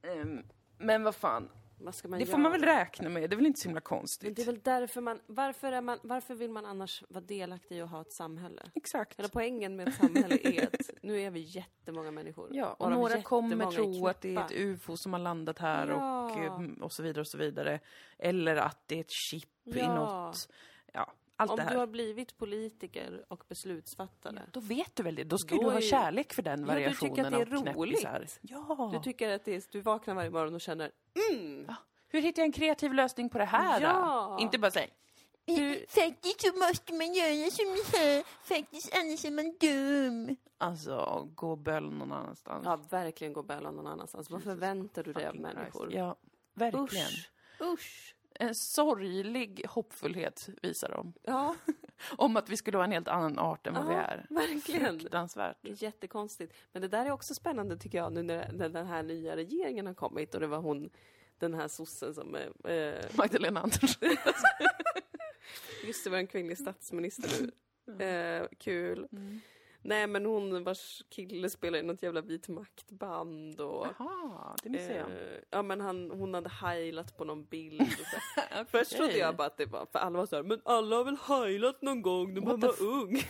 Ehm, men vad fan,
Vad ska man
det
göra?
får man väl räkna med. Det är väl inte så himla
Men det är
konstigt?
väl därför man... Varför, är man... Varför vill man annars vara delaktig i att ha ett samhälle?
Exakt.
Eller poängen med ett samhälle är att nu är vi jättemånga människor.
Ja, och
varav
några kommer
jättemånga
tro att det är ett
knäppa.
UFO som har landat här och,
Ja.
eh, och så vidare och så vidare. Eller att det är ett chip i
Ja.
något. Ja, allt det
Om
här.
du har blivit politiker och beslutsfattare,
Då vet du väl det. Då ska
Då
du ha
är-
kärlek för den
Ja, du tycker att
variationen
det är
av knäppisar.
roligt.
Ja.
du tycker att det är, du vaknar varje morgon och känner
Hur hittar jag en kreativ lösning på det här? då?
Ja.
Inte bara säga
Hur-
Faktiskt så måste man göra som ni sa. Faktiskt annars är man dum.
Alltså, gå och böl någon annanstans.
Ja, verkligen gå böla någon annanstans. Vad förväntar du dig av
Fucking Christ.
människor?
Ja, verkligen.
Usch. Usch.
En sorglig hoppfullhet visar de.
Ja,
Om att vi skulle vara en helt annan art än vad vi
Ja,
är.
verkligen.
Fruktansvärt.
Det är jättekonstigt. Men det där är också spännande tycker jag nu när, när den här nya regeringen har kommit och det var hon, den här sossen som... eh, Eh,
Magdalena Andersson.
just det, var en kvinnlig statsminister nu. Eh, kul.
Mm.
Nej men hon vars kille spelar i något jävla vit maktband och...
Jaha, det missade jag.
Eh, ja men han, hon hade heilat på någon bild. Och så. Först trodde
Okej.
jag bara att det var, för alla var såhär, men alla har väl heilat någon gång när man
the
var ung.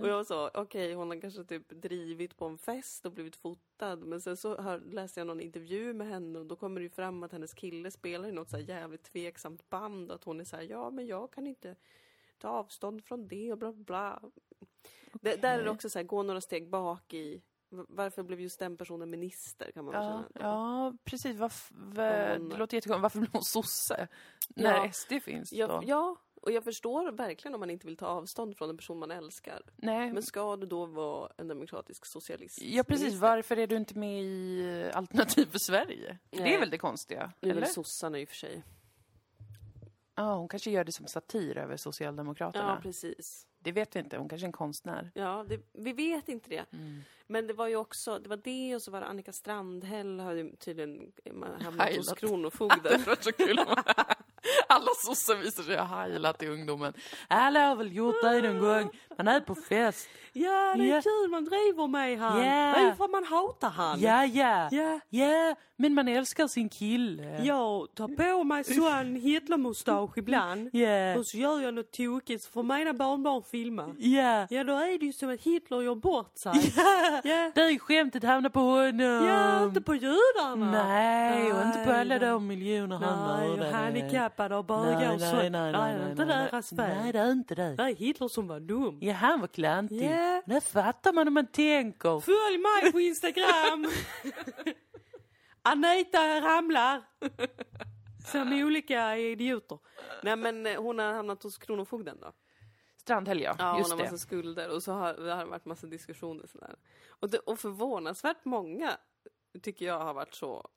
och jag sa, okej hon har kanske typ drivit på en fest och blivit fotad. Men sen så hör, läste jag någon intervju med henne och då kommer det ju fram att hennes kille spelar i något så här jävligt tveksamt band och att hon är såhär, ja men jag kan inte ta avstånd från det och bla bla, bla. Det, där är det också såhär, gå några steg bak i, v- varför blev just den personen minister kan man väl
Ja,
känna. då.
ja, precis. Varför,
Hon-
Det låter jättekonstigt. Varför blev hon sosse?
Ja.
När SD finns då?
Ja, ja, och jag förstår verkligen om man inte vill ta avstånd från en person man älskar.
Nej.
Men ska du då vara en demokratisk socialist?
Ja, precis.
Minister?
Varför är du inte med i Alternativ för Sverige? Det
Nej.
är väl det konstiga?
Nu är
eller?
väl sossarna i och för sig.
Ja, hon kanske gör det som satir över Socialdemokraterna.
Ja, precis.
det vet vi inte. Hon kanske är
<laughs>
en konstnär.
Ja, det, vi vet inte det. Men det var ju också, det var det och så var det Annika Strandhäll har ju tydligen man hamnat hos
Heilat.
Kronofogden.
hade varit så kul om <laughs> alla sossar visar sig ha heilat i ungdomen. Alla har väl gjort det någon gång. Man är på fest.
<laughs> ja, det är
Ja.
kul, man driver med han.
Ja.
Det är ju för att man hatar han.
Ja, ja.
Ja.
Ja, men man älskar sin kille.
Jag tar på mig så en Hitlermustasch ibland.
Ja,
Och så gör jag något tokigt så får mina barnbarn filma.
ja.
Ja, då är det ju som att Hitler gör bort sig. Ja,
Det är skämtet hamnar på honom.
ja inte på judarna.
Nej, och inte på alla
Nej,
de miljoner han
Nej, och
mördade.
handikappade och bögar
Nej,
och så.
nej, nej, nej,
det är
nej,
inte
nej, nej.
deras
Nej,
fel.
det är inte det.
Det är Hitler som var dum.
Ja, han var klantig.
Ja.
Det fattar man om man tänker.
Följ mig på
<laughs>
Instagram! Anita ramlar. Som olika idioter. Nej men eh, hon har hamnat hos Kronofogden då.
Strandhäll, ja.
Ja,
Just
hon har
det.
massa skulder och så har det har varit massa diskussioner sådär. Och, det, och förvånansvärt många tycker jag har varit så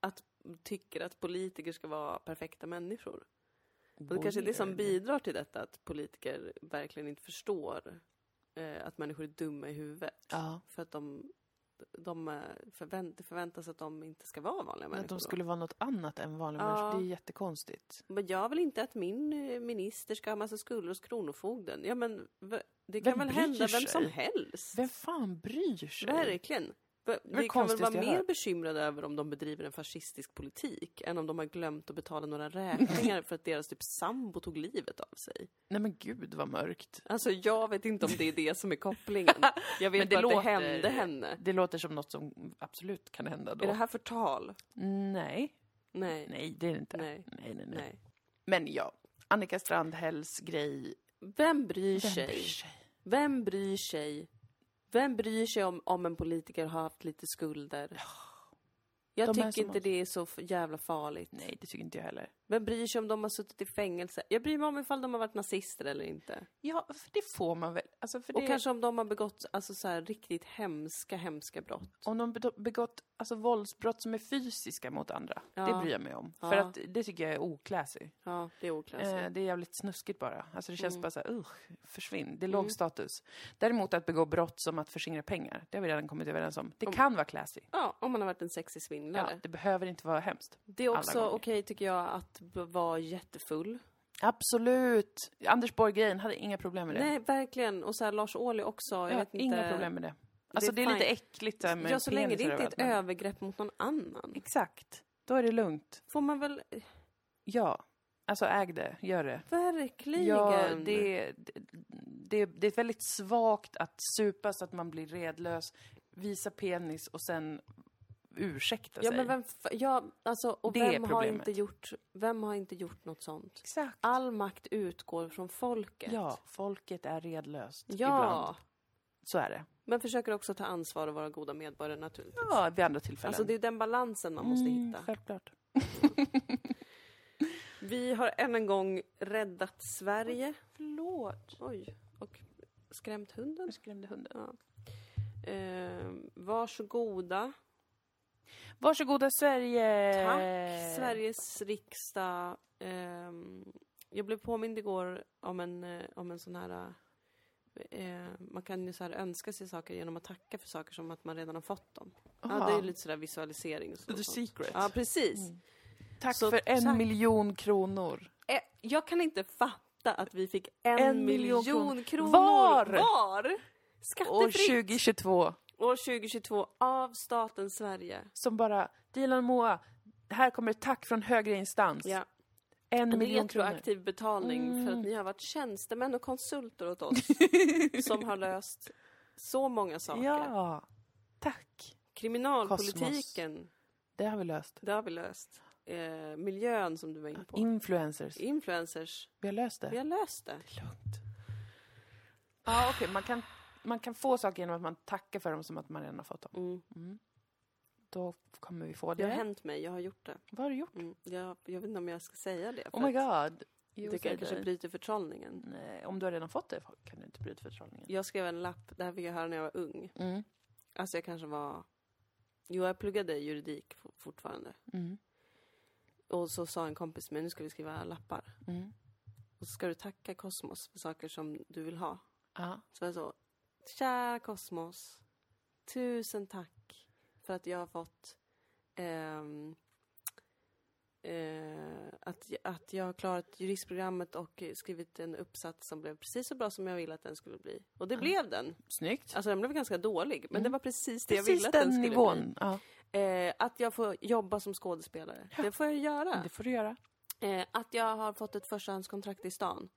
att tycker att politiker ska vara perfekta människor. Och det kanske är det som
Weird.
bidrar till detta, att politiker verkligen inte förstår eh, att människor är dumma i huvudet.
Ja,
För att de, de eh, förvänt, det förväntas att de inte ska vara vanliga
men
människor.
att de skulle vara något annat än vanliga
Ja.
människor, det är jättekonstigt.
Men jag vill inte att min eh, minister ska ha massa skulder hos Kronofogden. Ja men v- det
Vem
kan väl
bryr
hända vem
sig?
som helst.
Vem fan bryr sig?
Verkligen. Va- Vi kan väl
konstigt
vara
jag
mer
hör.
bekymrade över om de bedriver en fascistisk politik än om de har glömt att betala några räkningar för att deras typ sambo tog livet av sig.
Nej men gud vad mörkt.
Alltså jag vet inte om det är det som är
<laughs>
kopplingen. Jag vet
Men det
bara att det
låter-
hände henne.
Det låter som något som absolut kan hända då.
Är det här förtal?
Nej,
Nej. Nej.
nej det är det inte.
Nej.
nej, nej. nej. Men ja, Annika Strandhälls grej.
Vem bryr
Vem
sig?
bryr sig?
Vem bryr sig? Vem bryr sig om, om en politiker har haft lite skulder? Jag
de är
tycker
som
inte
oss.
det är så f- jävla farligt.
Nej, det tycker inte jag heller.
Vem bryr sig om de har suttit i fängelse? Jag bryr mig om ifall de har varit nazister eller inte.
Ja, för det får man väl. Alltså för det...
Och kanske om de har begått alltså, så här, riktigt hemska, hemska brott.
Om de be- begått alltså, våldsbrott som är fysiska mot andra,
Ja.
det bryr jag mig om. För
Ja.
att det tycker jag är okläsig.
Ja, det är
Eh,
oklassigt.
det är jävligt snuskigt bara. Alltså det känns bara så här, usch, försvinn. Det är låg status. Däremot att begå brott som att förskingra pengar, det har vi redan kommit överens om. Det kan vara classy.
Ja, om man har varit en sexig
Ja,
svindlare.
det behöver inte vara hemskt.
Det är
alla
också
gånger.
okej, tycker jag, att b- vara jättefull.
Absolut! Anders Borg-grejen hade inga problem med det.
Nej, verkligen. Och så här, Lars Ohly också. Jag
jag
vet inte.
Inga problem med det. Alltså det är,
fine.
lite äckligt där med
Ja, så länge det
penisar
inte är ett
överallt, men-
övergrepp mot någon annan.
Exakt. Då är det lugnt.
Får man väl...
Ja. Alltså äg det, gör det.
Verkligen.
Ja, det, det- det, det är väldigt svagt att supa så att man blir redlös, visa penis och sen ursäkta
Ja,
sig.
men vem... f- Ja, alltså, och
Det är
vem har,
problemet.
inte gjort, vem har inte gjort något sånt?
Exakt.
All makt utgår från folket.
Ja, folket är redlöst
Ja,
ibland. Så är det.
men försöker också ta ansvar och vara goda medborgare naturligtvis.
Ja, Mm, vid andra tillfällen.
Alltså det är den balansen man måste
Mm,
hitta.
Självklart.
Vi har än en gång räddat Sverige.
Förlåt.
Oj. Och skrämt hunden.
Jag skrämde hunden.
Ja. Eh, varsågoda.
Varsågoda Sverige! Eh.
Tack Sveriges riksdag. Ehm, jag blev påmind igår om en, eh, om en sån här... Eh, man kan ju så här önska sig saker genom att tacka för saker som att man redan har fått dem. Ja, det är ju lite sådär visualisering. Och så,
The
och sånt.
secret.
Ja, precis.
Mm. Tack
Så
för en
tack.
miljon kronor.
Eh, jag kan inte fatta att vi fick en,
En miljon
miljon,
kronor.
kronor,
Var?
var
År
skattefritt
2022.
år 2022 av staten Sverige.
Som bara, Dilan Moa, här kommer ett tack från högre instans.
Ja.
En
En Mm.
miljon kronor.
retroaktiv betalning för att ni har varit tjänstemän och konsulter åt <laughs> oss som har löst så många saker.
Ja, tack.
Kriminalpolitiken,
Det har vi löst.
det har vi löst. Eh, miljön som du var inne på.
Influencers.
Influencers,
Vi har löst det.
vi har löst det.
Lugnt. Ja, okej. Man, kan, man kan få saker genom att man tackar för dem som att man redan har fått dem.
Mm.
Då kommer vi få
Det
det.
har hänt mig, jag har gjort det.
Vad har du gjort?
Mm. Jag, jag vet inte om jag ska säga det. för
Oh my
att
god. Jo, Mm.
Det
säg
kan kanske
det.
bryter förtrollningen.
Nej, Eh, Om du har redan fått det kan du inte bryta förtrollningen.
Jag skrev en lapp, det här fick jag höra när jag var ung.
Mm.
Alltså jag kanske var... Jo, jag pluggade juridik fo- fortfarande.
Mm.
Och så sa en kompis till mig, nu ska vi skriva lappar.
Mm.
Och så ska du tacka Kosmos för saker som du vill ha.
Ja.
Så jag så, kära Kosmos. Tusen tack för att jag har fått ehm, eh, att, j- att jag har klarat juristprogrammet och skrivit en uppsats som blev precis så bra som jag ville att den skulle bli. Och det blev den.
Snyggt.
Alltså den blev ganska dålig, men det var precis det jag
Mm.
ville
Precis
att
den,
den, skulle
nivån. Ja.
bli. Eh, att jag får jobba som skådespelare. Det får jag göra.
Det får du göra. Mm.
Eh, att jag har fått ett förstahandskontrakt i stan.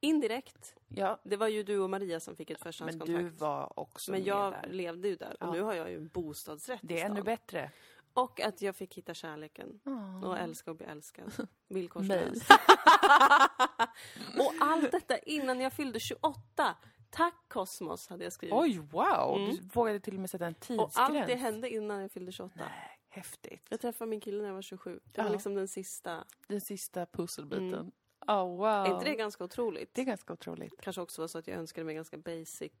Indirekt.
Ja.
Det var ju du och Maria som fick ett
Men du
förstahandskontrakt.
var också
Men
med
jag
där.
levde ju där och
Ja.
nu har jag ju en bostadsrätt i
Det är
stan.
ännu bättre.
Och att jag fick hitta kärleken. Och
Mm.
älska och bli älskad.
<laughs>
Villkorslöst. <laughs> och allt detta innan jag fyllde 28. Tack Kosmos hade jag skrivit.
Oj, wow! Du vågade till och med sätta en
Mm. och
tidsgräns.
allt det hände innan jag fyllde 28.
Nej, häftigt.
Jag träffade min kille när jag var 27. Det var
Ja.
liksom den sista.
Den sista pusselbiten. Ah, wow.
Mm. Är inte det ganska otroligt?
Det är ganska otroligt.
kanske också var så att jag önskade mig ganska basic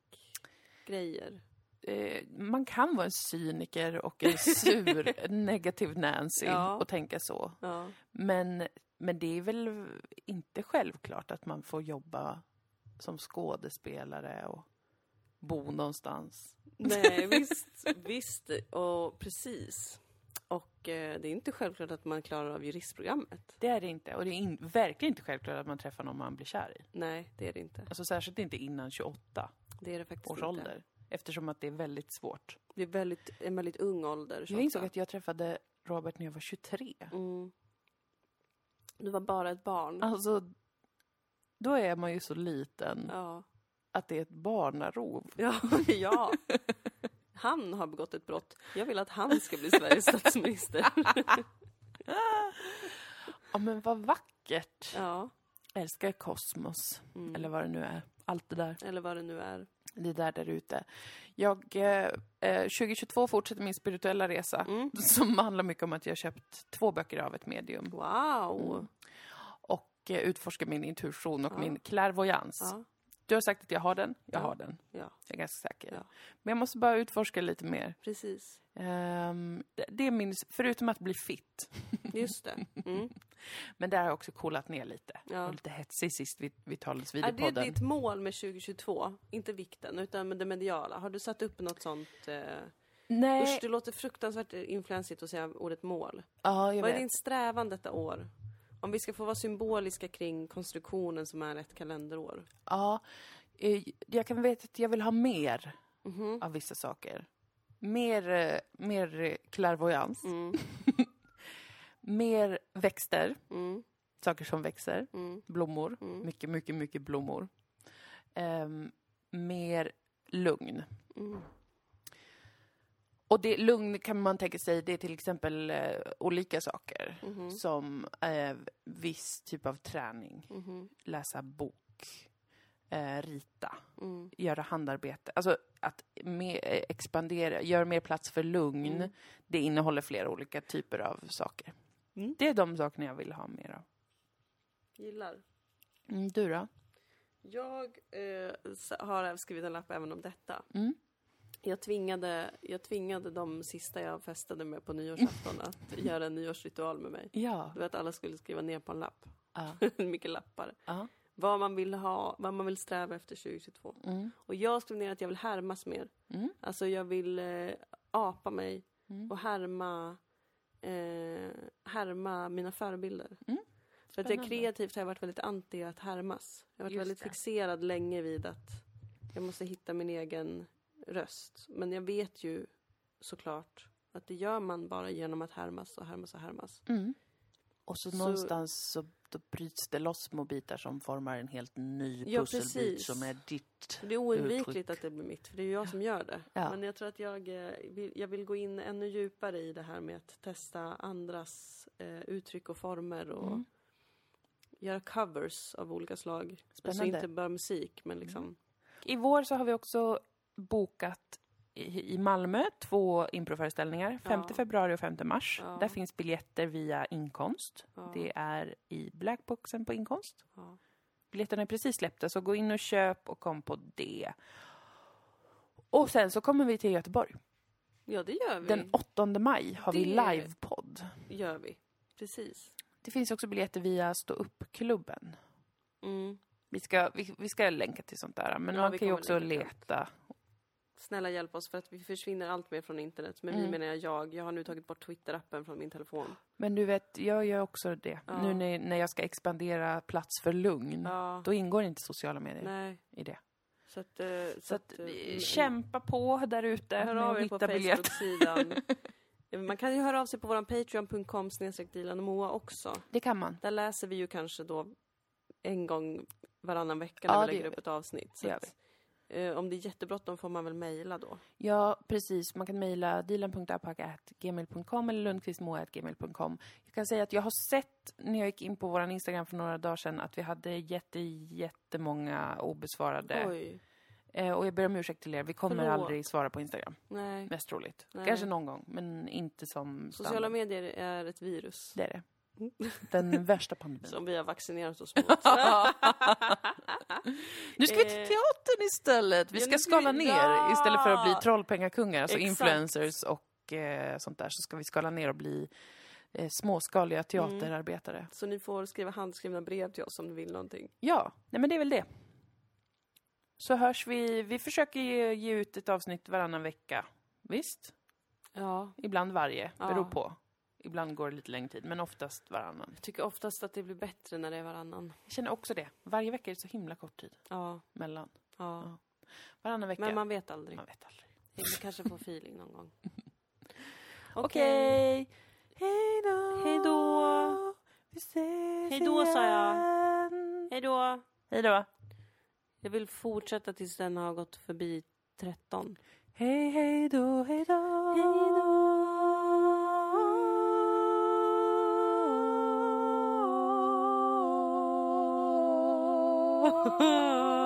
grejer.
Eh, man kan vara en cyniker och
<laughs>
en sur, negativ Nancy
Ja.
och tänka så.
Ja.
Men, men det är väl inte självklart att man får jobba som skådespelare och bo någonstans. <laughs>
Nej, visst. visst och precis. Och eh, det är inte självklart att man klarar av juristprogrammet.
Det är det inte. Och det är in, verkligen inte självklart att man träffar någon man blir kär i.
Nej, det är det inte.
Alltså särskilt inte innan 28
Det är det faktiskt
års
inte.
ålder. Eftersom att det är väldigt svårt.
Det är väldigt, en väldigt ung ålder.
Jag
tjata.
insåg att jag träffade Robert när jag var 23.
mm. Du var bara ett barn.
Alltså, då är man ju så liten
Ja. <laughs>
att det är ett barnarov.
Ja, ja. Han har begått ett brott. Jag vill att han ska bli
<laughs>
Sveriges statsminister.
Ja men vad vackert!
Ja, Mm.
Älskar kosmos, eller vad det nu är. Allt det där.
eller vad det nu är.
Det där där ute. Jag, eh, eh, 2022 fortsätter min spirituella resa
Mm.
som handlar mycket om att jag köpt två böcker av ett medium
Wow!
Mm. och eh, utforskar min intuition och min clairvoyans.
Ja.
Du har sagt att jag har den, jag
Ja.
har den.
Ja,
Jag är ganska säker.
Ja.
Men jag måste bara utforska lite mer.
precis.
Ehm, det- det är min, förutom att bli fit,
Just det. Mm.
men där har jag också coolat ner lite.
Ja.
Och lite hetsig sist vi, vi talades vid
Är
i
det
podden.
ditt mål med 2022? Inte vikten, utan med det mediala. Har du satt upp något sånt? Eh...
Nej.
Usch, det låter fruktansvärt influensigt att säga ordet mål.
Ja, jag
Vad är
vet.
din strävan detta år? Om vi ska få vara symboliska kring konstruktionen som är ett kalenderår.
Ja, eh, jag kan veta att jag vill ha mer av vissa saker. Mer, eh, mer eh, clairvoyans. mer växter. Saker som växer. Blommor. Mycket, mycket, mycket blommor. Ehm, mer lugn. Mm. Och det lugn kan man tänka sig, det är till exempel eh, olika saker.
Mm.
Som eh, viss typ av träning. Läsa bok eh, rita, göra handarbete. Alltså att mer, eh, expandera, göra mer plats för lugn. Mm. Det innehåller flera olika typer av saker. Det är de sakerna jag vill ha mer av.
Gillar.
Mm, du då?
Jag eh, s- har skrivit en lapp även om detta.
Mm.
Jag tvingade, jag tvingade de sista jag festade med på nyårsafton
<laughs>
att göra en nyårsritual med mig.
Ja.
Du vet, alla skulle skriva ner på en lapp. <laughs>
Ja.
Mycket lappar.
ja.
Vad man vill ha, vad man vill sträva efter 2022.
Mm.
Och jag skrev ner att jag vill härmas mer.
Mm.
Alltså jag vill eh, apa mig
Mm.
och härma, eh, härma mina förebilder.
Mm.
För att jag
Spännande.
kreativt har jag varit väldigt anti att härmas. Jag har varit
Just
väldigt
det.
fixerad länge vid att jag måste hitta min egen röst. Men jag vet ju såklart att det gör man bara genom att härmas och härmas och härmas.
Mm. Och så,
Så-
någonstans så då bryts det loss små bitar som formar en helt ny
Ja,
pusselbit
precis.
som är ditt.
Det är
Uttryck.
oundvikligt att det blir mitt, för det är ju jag som gör det.
Ja.
Men jag tror att jag, eh, vill, jag vill gå in ännu djupare i det här med att testa andras eh, uttryck och former och
Mm.
göra covers av olika slag. Alltså
Spännande. Mm.
inte bara musik, men liksom...
I vår så har vi också bokat i i Malmö två improföreställningar, 5
Ja.
februari och 5 mars.
Ja.
Där finns biljetter via Inkonst.
Ja.
Det är i Blackboxen på Inkonst.
Ja.
Biljetterna är precis släppta, så gå in och köp och kom på det. Och sen så kommer vi till Göteborg.
ja, det gör vi.
Den 8 maj har vi
Mm. Det-
livepodd.
gör vi. Precis.
Det finns också biljetter via Stå upp-klubben.
Mm.
Vi ska, vi, vi ska länka till sånt där, men
Ja,
man
vi
kan ju
kommer
också
länka till
leta.
Snälla hjälp oss, för att vi försvinner allt mer från internet. Men vi
Mm.
menar jag, jag. Jag har nu tagit bort Twitter-appen från min telefon.
Men du vet, jag gör också det.
Ja.
Nu när, när jag ska expandera plats för lugn,
Ja,
Mm. då ingår inte sociala medier
nej.
i det.
Så att... eh,
Så att,
eh,
eh, kämpa på där ute
Hör
med
av
att
er på
hitta biljetter.
Facebook-sidan. <laughs> Man kan ju höra av sig på vår patreon.com snedstreck Dilan och Moa också.
Det kan man.
Där läser vi ju kanske då en gång varannan vecka
Ja,
när
det
vi lägger
gör
upp ett avsnitt. Så
Det gör
att, eh, om det är jättebråttom får man väl mejla då.
Ja, precis. Man kan mejla dilan.apak.gmail.com eller lundqvistmoa.gmail.com. Jag kan säga att jag har sett när jag gick in på vår Instagram för några dagar sedan att vi hade jätte, jättemånga obesvarade.
Oj,
Eh, och jag ber om ursäkt till er. Vi kommer
Förlåt.
aldrig svara på Instagram.
nej.
Mest roligt.
Nej.
Kanske någon gång, men inte som
Sociala
standard.
medier är ett virus
Det är det.
Mm.
Den värsta pandemin.
som vi har vaccinerat <laughs> oss mot.
<laughs> nu ska vi till
Eh,
teatern istället! Vi
ja,
ska
nu ska
skala
vi-
ner
Ja!
istället för att bli trollpengakungar, alltså
Exakt.
influencers och eh, sånt där. Så ska vi skala ner och bli eh, småskaliga teaterarbetare.
Så ni får skriva handskrivna brev till oss om ni vill någonting.
Ja, nej men det är väl det. Så hörs vi. Vi försöker ge, ge ut ett avsnitt varannan vecka. Visst?
Ja.
Ibland varje,
Ja.
beror på. Ibland går det lite längre tid, men oftast varannan.
Jag tycker oftast att det blir bättre när det är varannan.
Jag känner också det. Varje vecka är det så himla kort tid
Ja,
mellan.
ja.
Ja. Varannan vecka.
Men man vet aldrig.
man vet aldrig.
Vi kanske får feeling någon gång.
Okej. Hej då.
Hej då.
Vi ses
Hej då, sa jag.
igen.
Hej då.
Hej då.
Jag vill fortsätta tills den har gått förbi 13.
Hej, hej då, hej då.
Hej
då. <laughs>